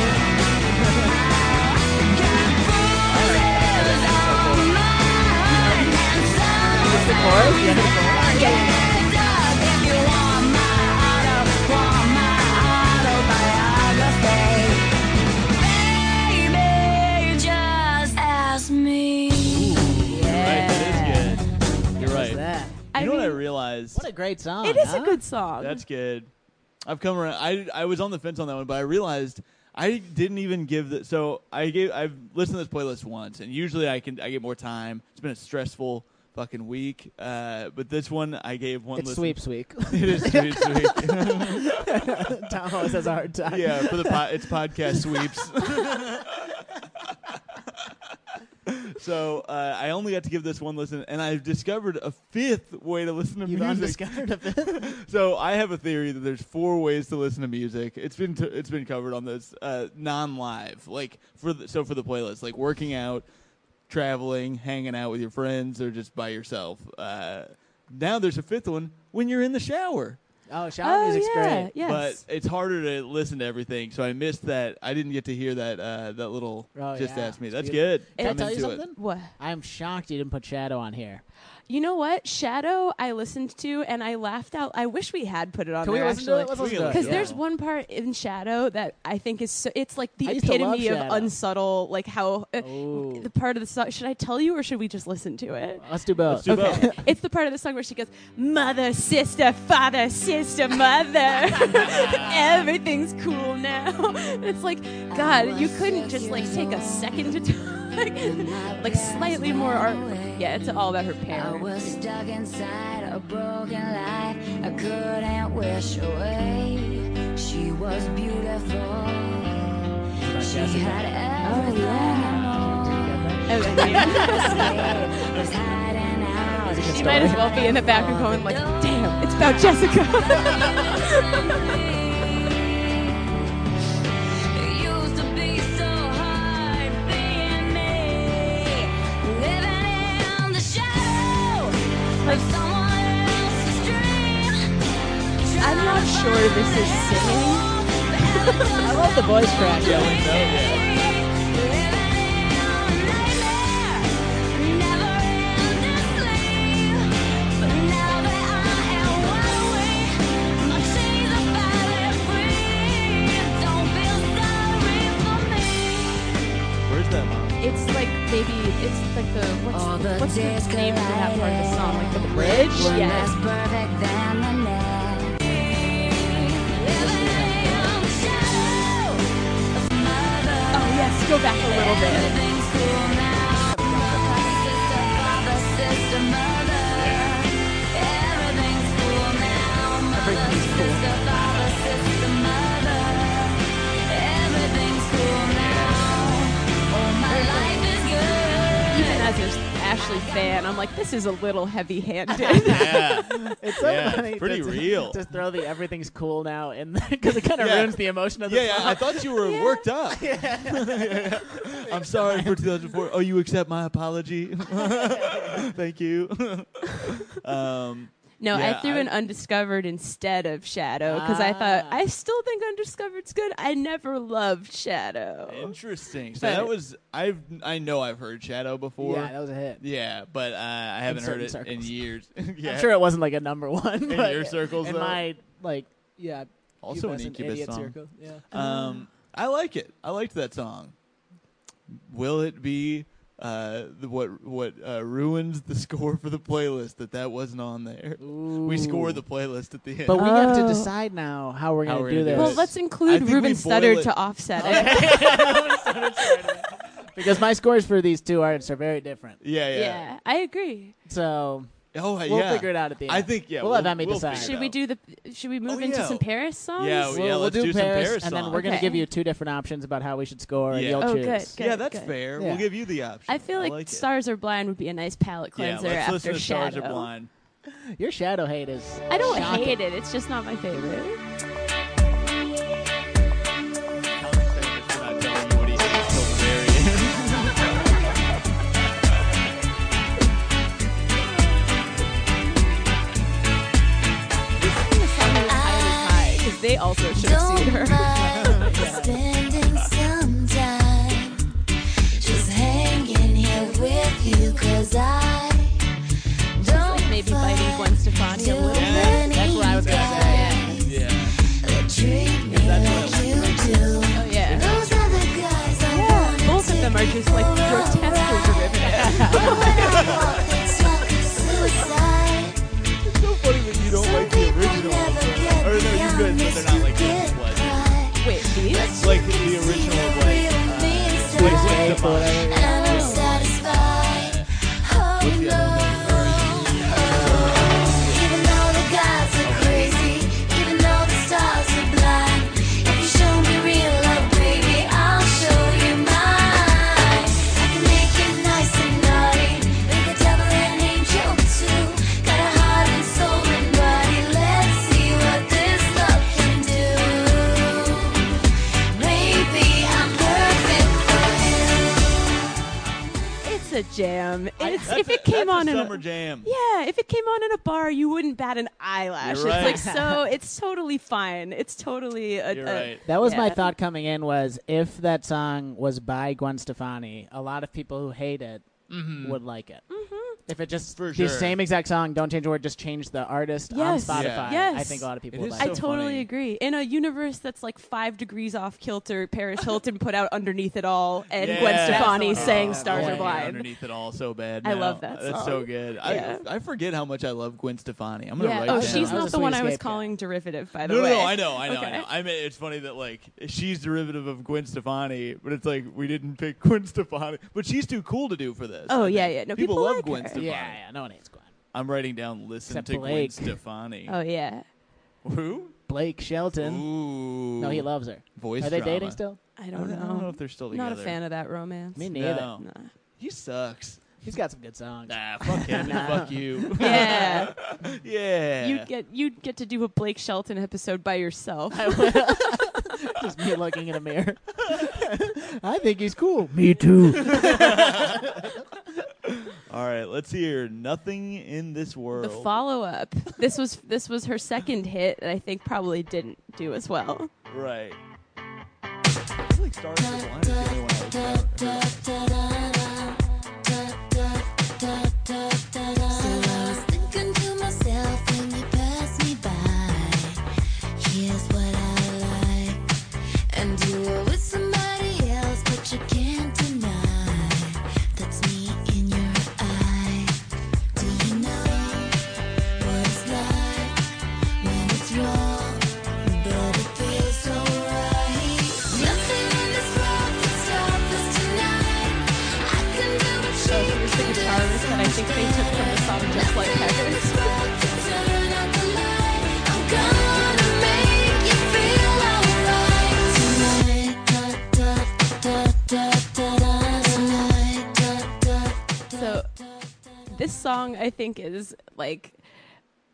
S8: Got bruises on my heart and sometimes I get stuck. If you want my auto, want my autobiography. Baby, just ask me.
S2: Right, that is good. You're right.
S4: What's
S2: You
S4: that?
S3: I
S2: know what I
S3: mean,
S2: realized?
S4: What a great song.
S3: it is a
S4: huh?
S3: good song.
S2: That's good. I've come around. I I was on the fence on that one, but I realized I didn't even give the. So I gave. I've listened to this playlist once, and usually I can. I get more time. It's been a stressful fucking week. Uh, but this one I gave one.
S4: It's
S2: listen.
S4: sweeps week.
S2: It is sweep sweep.
S4: Tom always has a hard time.
S2: yeah, for the po- it's podcast sweeps. so uh, I only got to give this one listen, and I've discovered a fifth way to listen to
S4: You've
S2: music.
S4: undiscovered a bit.
S2: So I have a theory that there's four ways to listen to music. It's been t- it's been covered on this uh, non-live, like for the, so for the playlist, like working out, traveling, hanging out with your friends, or just by yourself. Uh, now there's a fifth one when you're in the shower,
S4: Oh, shower
S3: Oh,
S4: music's
S3: yeah.
S4: great.
S3: Yes.
S2: but it's harder to listen to everything. So I missed that. I didn't get to hear that uh, that little
S4: Oh,
S2: just
S4: yeah.
S2: ask me.
S4: It's
S2: That's
S4: beautiful.
S2: good.
S4: Can I
S2: I'm
S4: tell you
S2: into it.
S4: something?
S3: what?
S4: I'm shocked you didn't put Shadow on here.
S3: You know what? Shadow, I listened to and I laughed out. I wish we had put it on
S4: Can we
S3: there
S4: listen to
S3: actually.
S4: it? Let's
S2: We
S4: listen to
S2: can
S4: it.
S3: Because
S2: Yeah.
S3: there's one part in Shadow that I think is so, it's like the
S4: I used to love
S3: epitome of
S4: Shadow.
S3: unsubtle, like how uh,
S4: Oh.
S3: the part of the song. Should I tell you or should we just listen to it?
S4: Let's do both.
S2: do both.
S3: It's the part of the song where she goes, Mother, sister, father, sister, mother. Everything's cool now. It's like, God, you couldn't just like take a second to talk. like slightly more art. Yeah, it's all about her
S8: I
S3: parents.
S8: was stuck inside a broken life I couldn't wish away. She was beautiful. She had everything I
S3: Oh, yeah.
S8: wanted. Was hiding out.
S3: she might as well be in the back and going like, damn, it's about Jessica.
S8: It used to be so hard being me, living in the shadow of someone else's dream.
S3: I'm not sure this is singing.
S4: I love the voice crack.
S2: Where's that? Mom?
S3: It's like maybe it's like the
S8: All
S3: what's
S8: the
S3: the, what's the
S8: days
S3: name of that part of the song? Like the bridge?
S8: Yes.
S3: Yes.
S8: perfect than the next. Living in the shadow of mother.
S3: Oh yes, go back a little bit.
S8: Everything's cool now. Sister, father, sister, mother. Everything's cool now. Mother, sister, father, sister, mother. Everything's cool now. Oh, my life is good.
S3: Even as an Ashley fan, I'm like, this is a little heavy-handed.
S2: Yeah,
S4: It's so
S2: Yeah, it's
S4: funny.
S2: pretty
S4: to,
S2: real.
S4: To throw the everything's cool now in there because it kind of
S2: Yeah.
S4: ruins the emotion of the
S2: yeah, yeah.
S4: song.
S2: I thought you were worked up. I'm sorry for 2004. Oh, you accept my apology? Thank you. um,
S3: no,
S2: Yeah,
S3: I threw
S2: I-
S3: an undiscovered instead of Shadow because I thought
S4: Ah.
S3: I still think undiscovered's good. I never loved Shadow.
S2: interesting. So
S3: But-
S2: that was I've I know I've heard Shadow before.
S4: yeah, that was a hit.
S2: Yeah, but uh, I haven't heard it
S4: certain
S2: in
S4: circles.
S2: years. yeah.
S4: I'm sure it wasn't like a number one.
S2: In
S4: but
S2: your circles,
S4: in
S2: though?
S4: my like, yeah.
S2: Also an
S4: pubescent
S2: Incubus
S4: idiot
S2: song.
S4: circle. Yeah.
S2: Um, I like it. I liked that song. Will it be uh, the, what what uh, ruins the score for the playlist that that wasn't on there? We score the playlist at the end.
S4: But we have to
S3: Oh.
S4: decide now how we're
S2: How
S4: gonna
S2: we're
S4: do
S2: gonna do
S4: this.
S2: it.
S3: Well, let's include
S2: think we
S3: Ruben
S2: boil
S3: Studdard
S2: it-
S3: to offset it.
S4: because my scores for these two artists are very different.
S2: Yeah, yeah.
S3: Yeah. I agree.
S4: So
S2: Oh,
S4: we'll figure it out at the end.
S2: I think yeah.
S4: We'll let Emmy decide.
S2: figure it
S3: Should we
S2: out.
S3: do the? Should we move
S2: Oh,
S3: into
S2: yeah.
S3: some Paris songs?
S2: Oh, Yeah, we-
S4: we'll, we'll do,
S2: let's do some
S4: Paris,
S2: Paris
S4: and then
S2: song.
S4: we're gonna
S3: Okay.
S4: give you two different options about how we should score, and
S2: Yeah.
S4: you'll
S3: Oh,
S4: choose.
S3: good, good.
S2: yeah, that's
S3: good.
S2: fair.
S4: Yeah.
S2: We'll give you the option.
S3: I feel like,
S2: like it.
S3: Stars Are Blind would be a nice palate
S2: Yeah,
S3: cleanser
S2: let's
S3: after
S2: listen to
S3: Shadow.
S2: Stars Are Blind.
S4: Your shadow hate is.
S3: I don't
S4: shocking.
S3: hate it. It's just not my favorite.
S2: Colin's saying this without telling you what he thinks till the very end.
S3: Because they also should have seen her.
S8: mind spending some time just hanging here with you, 'cause I don't
S3: Like maybe biting Gwen Stefani a
S8: too
S3: little bit.
S8: many
S4: That's what I was gonna say.
S8: guys
S2: Yeah.
S8: that treat me like you do.
S3: Oh yeah. Oh,
S8: Those are the guys I wanna
S3: Both of them are
S8: take
S3: just like
S8: for a
S3: grotesquely
S8: ride.
S3: derivative.
S2: It's so funny when you don't like the original one. Or no, you good, but they're not like this one.
S3: Wait, these?
S2: Like the original of like uh,
S4: Your
S2: What's
S4: shadow
S2: the
S4: hate or whatever.
S8: Maybe I'm perfect for you.
S3: It's a jam. It's if it came
S2: that's
S3: on
S2: a
S3: in
S2: summer
S3: a,
S2: jam.
S3: yeah, if it came on in a bar, you wouldn't bat an eyelash.
S2: You're right.
S3: It's like so. It's totally fine. It's totally a.
S2: You're
S3: a-
S2: right.
S4: That was my
S3: Yeah.
S4: thought coming in was if that song was by Gwen Stefani, a lot of people who hate it would like it. Mm-hmm. If it just
S2: For
S4: the
S2: sure.
S4: same exact song, don't change a word, just change the artist
S3: Yes.
S4: on
S2: Yeah.
S4: Spotify.
S3: Yes.
S4: I think a lot of people
S2: It is
S4: would like
S3: I
S2: so
S4: it.
S3: totally
S2: funny.
S3: agree. In a universe that's like five degrees off kilter, Paris Hilton put out underneath it all, and
S2: Yeah.
S3: Gwen Stefani
S4: That's the one.
S3: sang
S4: Oh,
S3: "Stars
S4: yeah,
S3: Are
S4: yeah,
S3: Blind."
S2: Underneath it all, so bad.
S3: I
S2: now.
S3: love that
S2: That's
S3: song.
S2: so good.
S3: Yeah.
S2: I I forget how much I love Gwen Stefani. I'm gonna
S3: Yeah.
S2: write
S3: Oh,
S2: down.
S3: she's
S4: That
S3: not
S4: was
S3: the
S4: a
S3: one
S4: sweet
S3: I was
S4: escape, yeah.
S3: calling derivative, by the
S2: No, no,
S3: way.
S2: no, I know, I know, I
S3: Okay.
S2: know. I mean, it's funny that like she's derivative of Gwen Stefani, but it's like we didn't pick Gwen Stefani, but she's too cool to do for this.
S3: Oh,
S2: I think.
S3: yeah, yeah. No,
S2: people,
S3: people
S2: love
S3: like
S2: Gwen
S3: her.
S2: Stefani.
S4: Yeah, yeah, no one hates Gwen.
S2: I'm writing down. Listen
S4: Except
S2: to Gwen
S4: Blake.
S2: Stefani.
S3: Oh yeah,
S2: Who?
S4: Blake Shelton.
S2: Ooh.
S4: No, he loves her.
S2: voice.
S4: Are they
S2: drama.
S4: dating still?
S3: I
S2: I don't,
S3: don't know.
S2: I don't know if they're still
S3: Not
S2: together.
S3: a fan of that romance.
S4: Me neither.
S2: No,
S3: Nah.
S2: he sucks.
S4: He's got some good songs.
S2: Nah, fuck him and fuck you.
S3: Yeah,
S2: yeah.
S3: you get you get to do a Blake Shelton episode by yourself.
S4: Just me looking in a mirror. I think he's cool. Me too.
S2: All right, let's hear nothing in this world.
S3: the follow up. This was this was her second hit, and I think probably didn't do as well.
S2: right. I feel like Stars Are Blind is the only one I like that.
S8: So I was thinking to myself when you passed me by. Here's what I like, and do it with somebody else, but you can't deny that's me in your eye. Do you know what it's like when it's wrong, but it feels so right? Nothing in this world can stop us tonight. I can do what
S3: So
S8: you
S3: here's the guitarist that I think they took from the song Just Like Heaven. So this song I think is like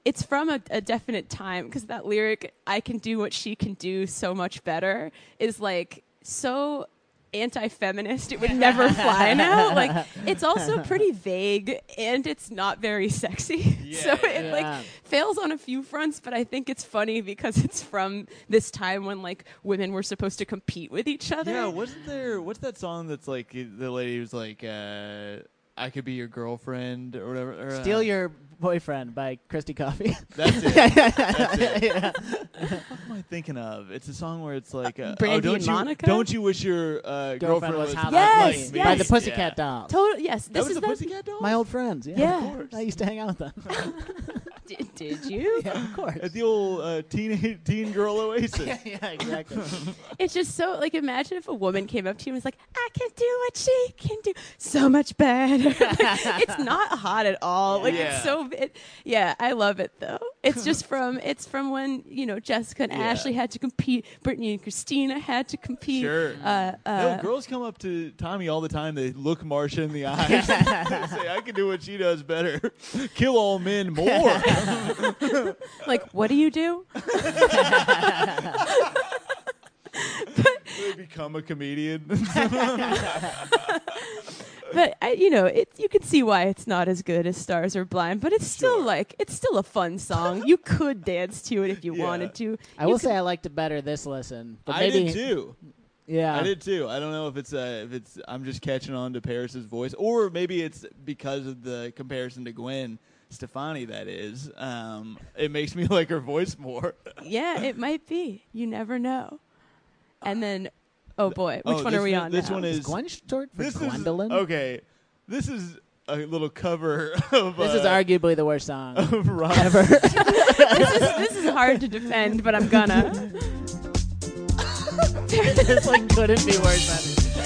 S3: it's from a, a definite time because that lyric I can do what she can do so much better is like so anti-feminist it would never fly now like it's also pretty vague and it's not very sexy so it
S4: Yeah.
S3: like fails on a few fronts but i think it's funny because it's from this time when like women were supposed to compete with each other
S2: Yeah, wasn't there? What's that song that's like the lady was like, uh, "I could be your girlfriend" or whatever. Or, uh,
S4: Steal Your Boyfriend by Christy Coffee.
S2: That's it. That's it. What am I thinking of? It's a song where it's like, uh, oh,
S3: Brandy
S2: don't
S3: and
S2: you
S3: Monica?
S2: don't you wish your uh, girlfriend,
S4: Girlfriend was hot
S3: Yes,
S2: like
S4: on
S2: me?
S4: me by the
S3: yes.
S4: Pussycat
S2: Yeah.
S4: Dolls.
S3: total yes
S2: That
S3: this
S2: was
S3: is
S2: the Pussycat Dolls.
S4: My old friends. Yeah.
S3: Yeah.
S4: I used to hang out with them.
S3: D- did you?
S4: yeah, of course.
S2: At the old uh, teen teen girl
S4: yeah,
S2: oasis.
S4: yeah, exactly.
S3: It's just so like imagine if a woman came up to you and was like, "I can do what she can do, so much better." Like, it's not hot at all. Like
S1: Yeah.
S3: it's so. It, yeah, I love it though. It's just from it's from when you know Jessica and
S1: Yeah.
S3: Ashley had to compete, Brittany and Christina had to compete.
S1: Sure.
S3: Uh, uh,
S2: no, girls come up to Tommy all the time. They look Marsha in the eyes. they say, "I can do what she does better. Kill all men more."
S3: like, what do you do?
S2: They become a comedian.
S3: but I, you know, it, you can see why it's not as good as Stars Are Blind, but it's still like it's still a fun song. you could dance to it if you
S2: Yeah.
S3: wanted to.
S4: I will say I liked it better this listen, but
S2: I
S4: maybe
S2: did too.
S4: yeah,
S2: I did too. I don't know if it's uh, if it's I'm just catching on to Paris's voice, or maybe it's because of the comparison to Gwen Stefani. That is, um, it makes me like her voice more.
S3: Yeah, it might be. You never know. And then, oh boy, which
S2: Oh,
S3: one
S2: this
S3: are we
S2: one-
S3: on?
S2: this
S3: now?
S2: one is-
S4: Is Gwen short for
S2: This
S4: Gwendolyn?
S2: is okay. This is a little cover of
S4: This
S2: uh,
S4: is arguably the worst song.
S2: of Rob. Ever.
S3: this is this is hard to defend, but I'm gonna.
S4: this like couldn't be worse. than- I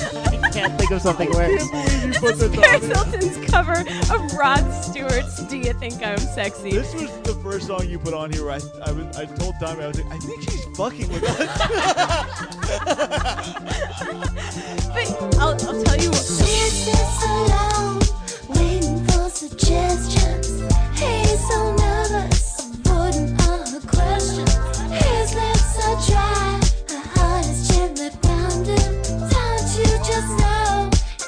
S4: can't think of something worse.
S3: this is Paris Hilton's cover of Rod Stewart's "Do You Think I'm Sexy?"
S2: This was the first song you put on here. Where I I, was, I told Tommy I was like I think she's fucking with us.
S3: But I'll, I'll tell you. What,
S8: She sits alone, waiting for suggestions. He's so nervous, avoiding all her questions. His lips are dry, her heart is gently pounding. Don't you just know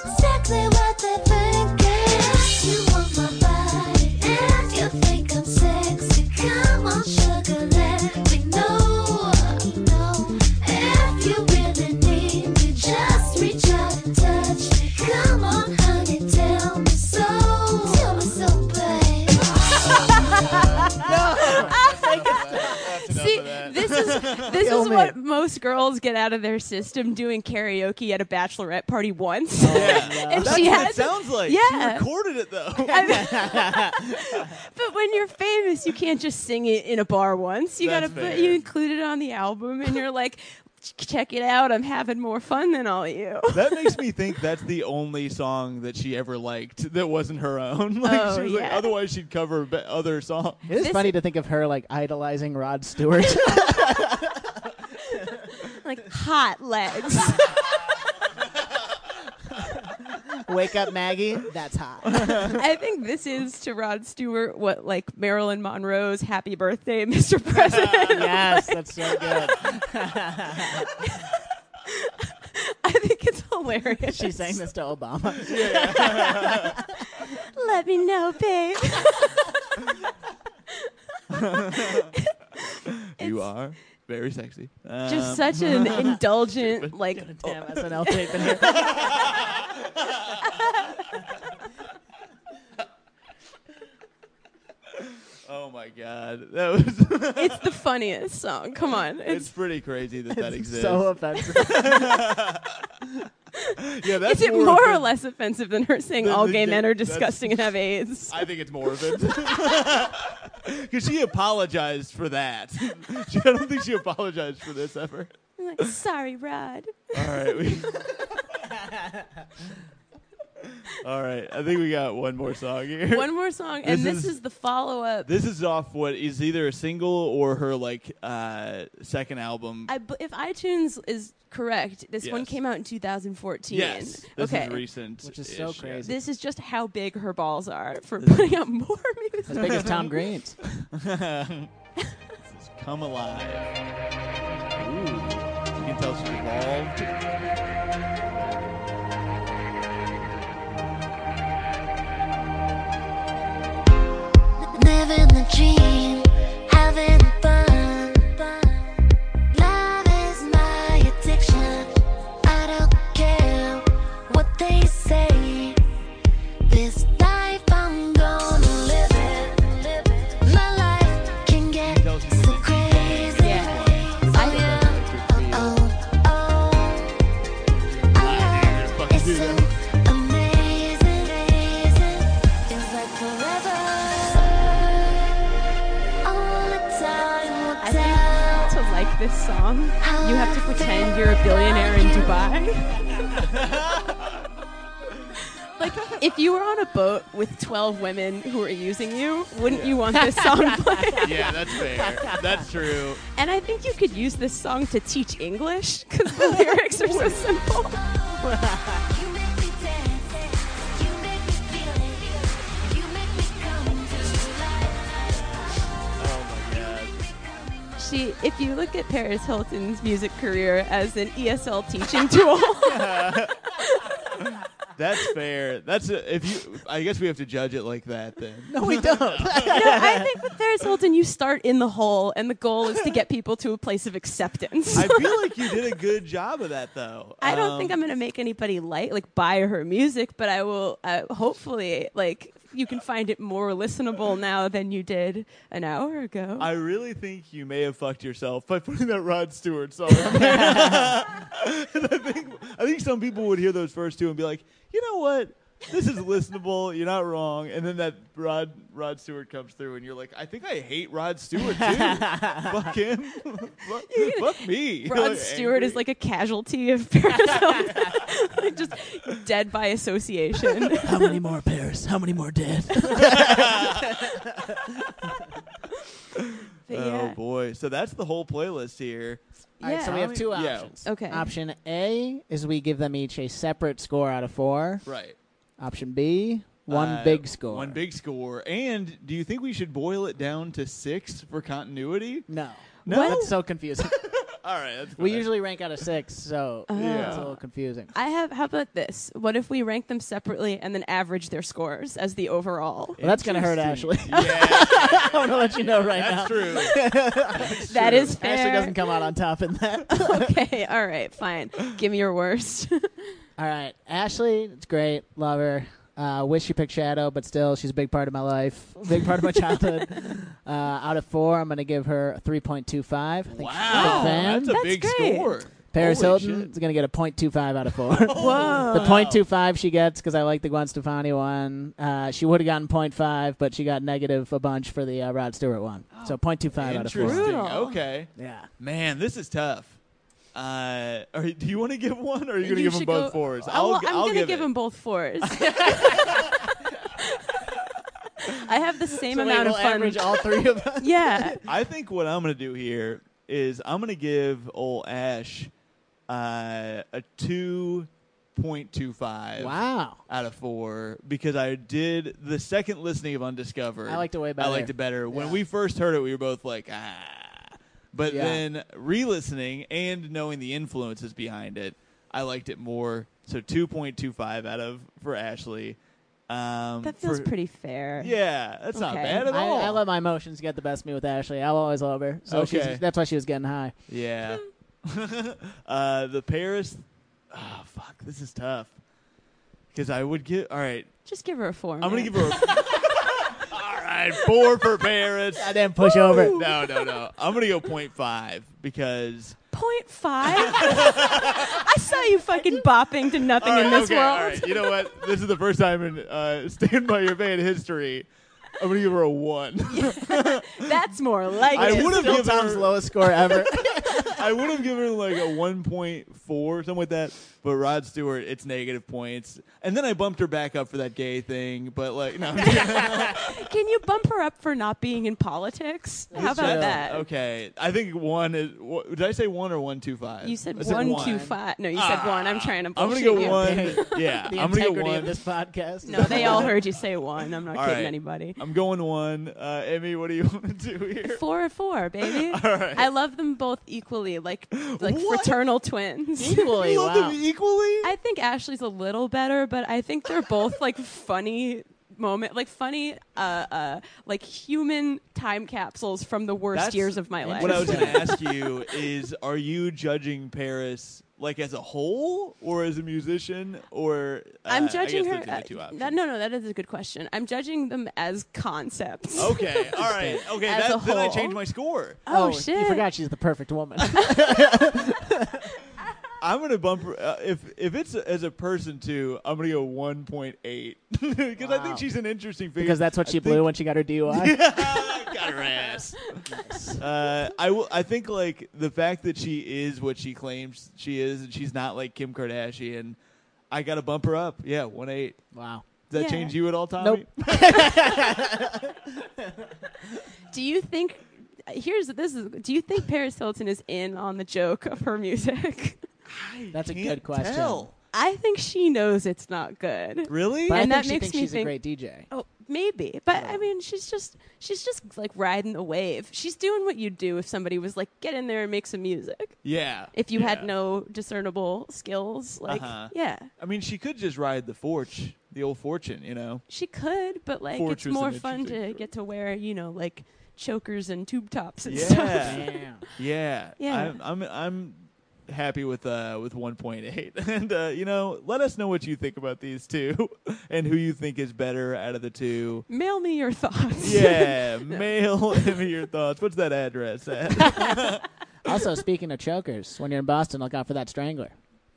S8: exactly what they're thinking? You want my body, and you think I'm sexy. Come on, sugar, let me know. know. If you really need me, just reach out and touch me. Come on, honey, tell me so. Tell me so, babe.
S3: see, this is this is what most girls get out of their system doing karaoke at a bachelorette party once. and
S2: Oh, That's
S3: she
S2: what
S3: has
S2: it sounds like.
S3: yeah.
S2: She recorded it though.
S3: But when you're famous, you can't just sing it in a bar once. You
S2: That's
S3: gotta put
S2: fair.
S3: you include it on the album, and you're like, "Ch- check it out. I'm having more fun than all you.
S2: that makes me think that's the only song that she ever liked that wasn't her own. Like
S3: Oh,
S2: she was like,
S3: yeah.
S2: otherwise she'd cover be- other songs.
S4: It is
S3: This-
S4: funny to think of her like idolizing Rod Stewart.
S3: like hot legs.
S4: Wake up, Maggie. That's hot.
S3: I think this is to Rod Stewart what like Marilyn Monroe's "Happy Birthday, Mr. President."
S4: yes, that's so good.
S3: I think it's hilarious.
S4: She sang this to Obama.
S3: Let me know, babe.
S2: You are very sexy. Um,
S3: Just such an indulgent, like
S4: Damn, SNL tape in here.
S2: Oh my god, that was.
S3: it's the funniest song. Come on,
S2: it's
S3: it's
S2: pretty crazy that that exists.
S4: so offensive.
S2: yeah, that's
S3: is it
S2: more,
S3: more, or
S2: offensive-
S3: less offensive than her saying
S2: Than
S3: all
S2: the
S3: gay
S2: gay-
S3: men are
S2: that's-
S3: disgusting and have AIDS?
S2: I think it's more offensive. Because she apologized for that. She- I don't think she apologized for this ever.
S3: I'm like, sorry, Rod.
S2: All right, we. All right, I think we got one more song here.
S3: One more song, and
S2: This
S3: this is,
S2: is-
S3: the follow up.
S2: This is off what is either a single or her like uh second album.
S3: I, bu- if iTunes is correct, this one
S2: Yes.
S3: came out in 2014.
S2: yes, this
S3: okay.
S2: is recent,
S4: Which is so crazy.
S3: this is just how big her balls are for putting out more music.
S4: As big as Tom Green's.
S2: This is Come alive. Ooh, you can tell she's evolved.
S8: Living the dream, having fun. Love is my addiction. I don't care what they say. This life I'm gonna live it. My life can get so crazy. Oh yeah, oh oh oh.
S3: this song, you have to pretend you're a billionaire in Dubai. like, if you were on a boat with 12 women who were using you, wouldn't you want this song played?
S1: Yeah, that's fair. That's true.
S3: And I think you could use this song to teach English because the lyrics are so simple.
S8: You make me dance, you make me feel it, you make me come to life.
S1: Oh my god.
S3: She, if you look at Paris Hilton's music career as an ESL teaching tool,
S2: That's fair. That's a, if you. I guess we have to judge it like that then.
S4: No, we don't.
S3: no, I think with Paris Hilton, you start in the hole, and the goal is to get people to a place of acceptance.
S2: I feel like you did a good job of that though.
S3: I don't
S2: Um,
S3: think I'm going to make anybody like like buy her music, but I will uh, hopefully like you can find it more listenable now than you did an hour ago.
S2: I really think you may have fucked yourself by putting that Rod Stewart song on there. And I, think, I think some people would hear those first two and be like, you know what? This is listenable. You're not wrong. And then that Rod Rod Stewart comes through, and you're like, I think I hate Rod Stewart too. fuck him. fuck, fuck me.
S3: Rod
S2: Like,
S3: Stewart is
S2: angry.
S3: like a casualty of Paris Hilton, Like, just dead by association.
S4: How many more Paris? How many more dead?
S3: But
S2: Oh
S3: yeah.
S2: boy! So that's the whole playlist here.
S4: All right, so we have two
S2: Yeah.
S4: options.
S3: Okay.
S4: Option A is we give them each a separate score out of four.
S2: Right.
S4: Option B, one
S2: Uh,
S4: big score.
S2: One big score. And do you think we should boil it down to six for continuity?
S4: No.
S2: No? What?
S4: That's so confusing.
S2: All right. That's
S4: we
S2: fine.
S4: usually rank out of six, so it's a little confusing.
S3: I have. How about this? What if we rank them separately and then average their scores as the overall?
S4: Well, that's gonna hurt Ashley.
S2: Yeah,
S4: I want to let you know right now.
S2: that's true.
S3: That is fair.
S4: Ashley doesn't come out on top in that.
S3: okay. All right. Fine. Give me your worst.
S4: All right, Ashley, it's great, love her. Uh, wish she picked Shadow, but still, she's a big part of my life, big part of my childhood. uh, out of four, I'm gonna give her a 3.25. I think she's a big
S2: Wow,
S4: fan.
S2: that's a
S3: That's
S2: big
S3: great.
S2: score.
S4: Paris
S2: Holy
S4: Hilton
S2: shit.
S4: is going to get a 0.25 out of 4.
S3: Whoa.
S4: The 0.25 she gets because I like the Gwen Stefani one. Uh, she would have gotten 0.5, but she got negative a bunch for the uh, Rod Stewart one. So 0.25 out of 4.
S2: Oh, Interesting.
S3: Brutal.
S2: Okay,
S4: Yeah.
S2: man, this is tough. Uh, are, do you want to give one, or are you going to
S3: You
S2: give them
S3: should
S2: both
S3: go-
S2: fours?
S3: I'll,
S2: g-
S3: am
S2: I'll
S3: gonna
S2: give,
S3: give
S2: it.
S3: them both fours. I have the same
S4: So wait,
S3: amount
S4: we'll
S3: of fun.
S4: average all three of us.
S3: yeah,
S2: I think what I'm going to do here is I'm going to give old Ash uh, a two point two five.
S4: Wow.
S2: out of four because I did the second listening of Undiscovered.
S4: I liked it way
S2: I
S4: better.
S2: liked it better. When
S4: Yeah.
S2: we first heard it, we were both like, ah. But
S4: Yeah.
S2: then re listening and knowing the influences behind it, I liked it more. So 2.25 out of for Ashley. Um,
S3: that feels
S2: for-
S3: pretty fair.
S2: Yeah, that's not
S3: Okay.
S2: bad at
S4: I,
S2: all.
S4: I let my emotions get the best of me with Ashley. I'll always love her. So she's-
S2: Okay.
S4: that's why she was getting high.
S2: Yeah. uh, the Paris. Oh, fuck. This is tough. Because I would give. All right.
S3: Just give her a four.
S2: I'm going
S3: man.
S2: to give her. A, all right. Four for Paris.
S4: Goddamn pushover.
S2: No, no, no. I'm gonna go 0.5 because
S3: point five. I saw you fucking bopping to nothing
S2: All right,
S3: in this
S2: okay,
S3: world.
S2: all right. You know what? This is the first time in uh, Stand by Your Van history. I'm gonna give her a one.
S3: That's more like
S2: I
S3: it.
S2: would have
S4: Still
S2: given
S4: Tom's
S2: her,
S4: lowest score ever.
S2: I would have given her like a 1.4, something like that. But Rod Stewart, it's negative points. And then I bumped her back up for that gay thing. But like, no. I'm kidding.
S3: Can you bump her up for not being in politics? How about
S4: job.
S3: that?
S2: okay. I think one is. wha- Did I say one or one two five?
S3: You said
S2: I
S3: one, two, five. No, you said one. I'm trying to
S2: Ah, I'm
S3: bullshit
S2: gonna go
S3: you.
S2: one. Yeah,
S4: the
S2: I'm gonna
S4: integrity
S2: go one.
S4: of this podcast.
S3: No, they all heard you say one. I'm not
S2: All
S3: kidding
S2: right.
S3: anybody.
S2: I'm going one. Uh, Emmy, what do you want to do here?
S3: Four or four, baby.
S2: right.
S3: I love them both equally, like like
S2: What?
S3: fraternal twins.
S4: equally.
S2: You love
S4: wow.
S2: them equally.
S3: I think Ashley's a little better, but I think they're both like funny moment, like funny, uh, uh, like human time capsules from the worst
S2: That's
S3: years of my life.
S2: What I was going to ask you is, are you judging Paris like as a whole, or as a musician, or uh,
S3: I'm judging
S2: I guess those are
S3: her.
S2: the
S3: uh,
S2: two options.
S3: that, no, no, that is a good question. I'm judging them as concepts.
S2: okay, all right, okay.
S3: As
S2: That,
S3: a
S2: then I
S3: whole.
S2: changed my score.
S3: Oh, shit!
S4: You forgot she's the perfect woman.
S2: I'm going to bump her- uh, if if it's a- as a person too. I'm going to go 1.8 because I
S4: Wow.
S2: think she's an interesting figure.
S4: because that's what
S2: I
S4: she
S2: think-
S4: blew when she got her DUI.
S2: God
S1: Got her ass.
S2: Uh, I will. I think like the fact that she is what she claims she is, and she's not like Kim Kardashian. I got to bump her up. Yeah, one eight.
S4: Wow.
S2: Does that
S3: Yeah.
S2: change you at all, Tommy?
S3: Do you think? Here's this is. Do you think Paris Hilton is in on the joke of her music?
S4: That's a
S2: Can't
S4: good question.
S2: tell.
S3: I think she knows it's not good.
S2: Really?
S4: But I
S3: And
S4: think
S3: that
S4: she
S3: makes
S4: thinks
S3: me
S4: she's
S3: think-
S4: a great DJ.
S3: Oh, maybe. But I mean, she's just she's just like riding the wave. She's doing what you'd do if somebody was like, "Get in there and make some music."
S2: yeah.
S3: If you had
S2: Yeah.
S3: no discernible skills, like
S2: Uh-huh.
S3: yeah,
S2: I mean, she could just ride the forge, the old fortune, you know.
S3: she could, but like
S2: Forge was
S3: it's more
S2: an
S3: fun
S2: interesting
S3: to
S2: choice.
S3: get to wear, you know, like chokers and tube tops and stuff.
S2: Yeah,
S4: Damn.
S2: yeah,
S3: Yeah.
S2: I'm, I'm, I'm happy with uh with 1.8, and uh, you know, let us know what you think about these two, and who you think is better out of the two.
S3: Mail me your thoughts.
S2: Yeah, mail me your thoughts. What's that address at?
S4: also, speaking of chokers, when you're in Boston, look out for that strangler.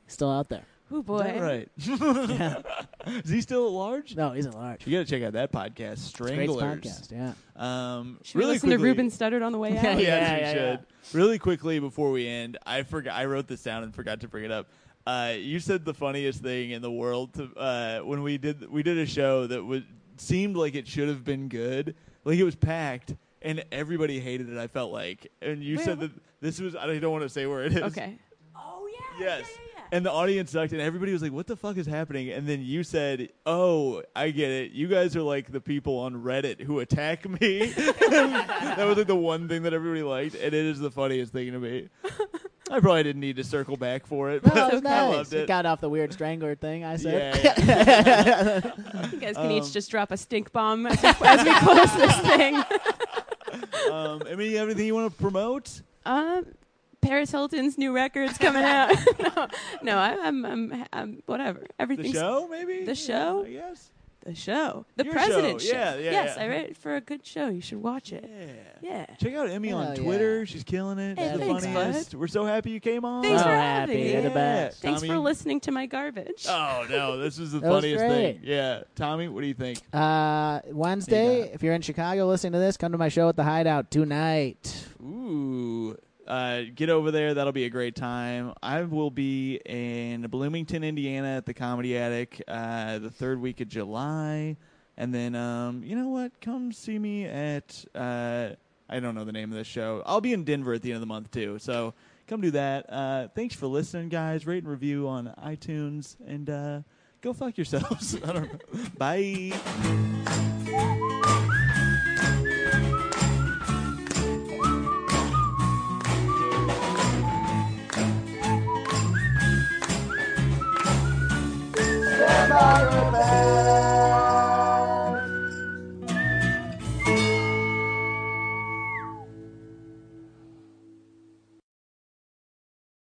S4: He's still out there.
S3: oh boy.
S2: Is that right? Is he still at large?
S4: No, he's at large.
S2: You got to check out that podcast,
S4: It's a great
S2: Stranglers.
S4: podcast. Yeah.
S2: Um,
S3: Should
S2: really
S3: we listen
S2: quickly,
S3: to Ruben Studdard on the way out?
S4: Yeah,
S2: yes,
S4: yeah,
S2: we
S4: yeah,
S2: should. Really quickly before we end, I forgot. I wrote this down and forgot to bring it up. Uh, you said the funniest thing in the world to, uh, when we did we did a show that was seemed like it should have been good, like it was packed, and everybody hated it. I felt like, and you said that this was. I don't want to say where it is.
S3: Okay.
S8: Oh,
S2: Yes. And the audience sucked, and everybody was like, "What the fuck is happening?" And then you said, "Oh, I get it. You guys are like the people on Reddit who attack me." that was like the one thing that everybody liked, and it is the funniest thing to me. I probably didn't need to circle back for it, but
S4: No, it was
S2: I
S4: nice.
S2: loved
S4: It
S2: it.
S4: got off the weird strangler thing I said.
S2: yeah, yeah.
S3: You guys can each just drop a stink bomb as we, as we close this thing.
S2: um, I mean, you have anything you want to promote?
S3: Um, Paris Hilton's new record's coming out. no, no, I, I'm, I'm, I'm, whatever.
S2: The
S3: Everything's
S2: show, maybe.
S3: The show?
S2: I guess.
S3: the show, the
S2: Your show.
S3: president's show.
S2: Yeah, yeah,
S3: yes,
S2: yeah.
S3: I read it for a good show. You should watch
S2: Yeah.
S3: it. Yeah.
S2: Check out Emmy on
S4: Hell yeah.
S2: Twitter. She's killing it.
S3: Hey,
S2: She's the
S3: thanks, bud.
S2: funniest. We're so happy you came on.
S4: So
S3: Thanks for
S4: Oh, happy.
S3: having me.
S4: You're the
S2: Yeah.
S4: best.
S3: Thanks for
S2: Tommy.
S3: listening to my garbage.
S2: Oh no, this is the
S4: That was
S2: funniest
S4: great.
S2: thing. Yeah, Tommy, what do you think?
S4: Uh, Wednesday,
S2: Yeah.
S4: if you're in Chicago listening to this, come to my show at the Hideout tonight.
S2: Ooh, uh, get over there. That'll be a great time. I will be in Bloomington, Indiana, at the Comedy Attic uh, the third week of July, and then um, you know what? Come see me at uh, I don't know the name of this show. I'll be in Denver at the end of the month too. So come do that. Uh, thanks for listening, guys. Rate and review on iTunes and. Uh, Go fuck yourselves. I don't know. Bye.
S8: Thank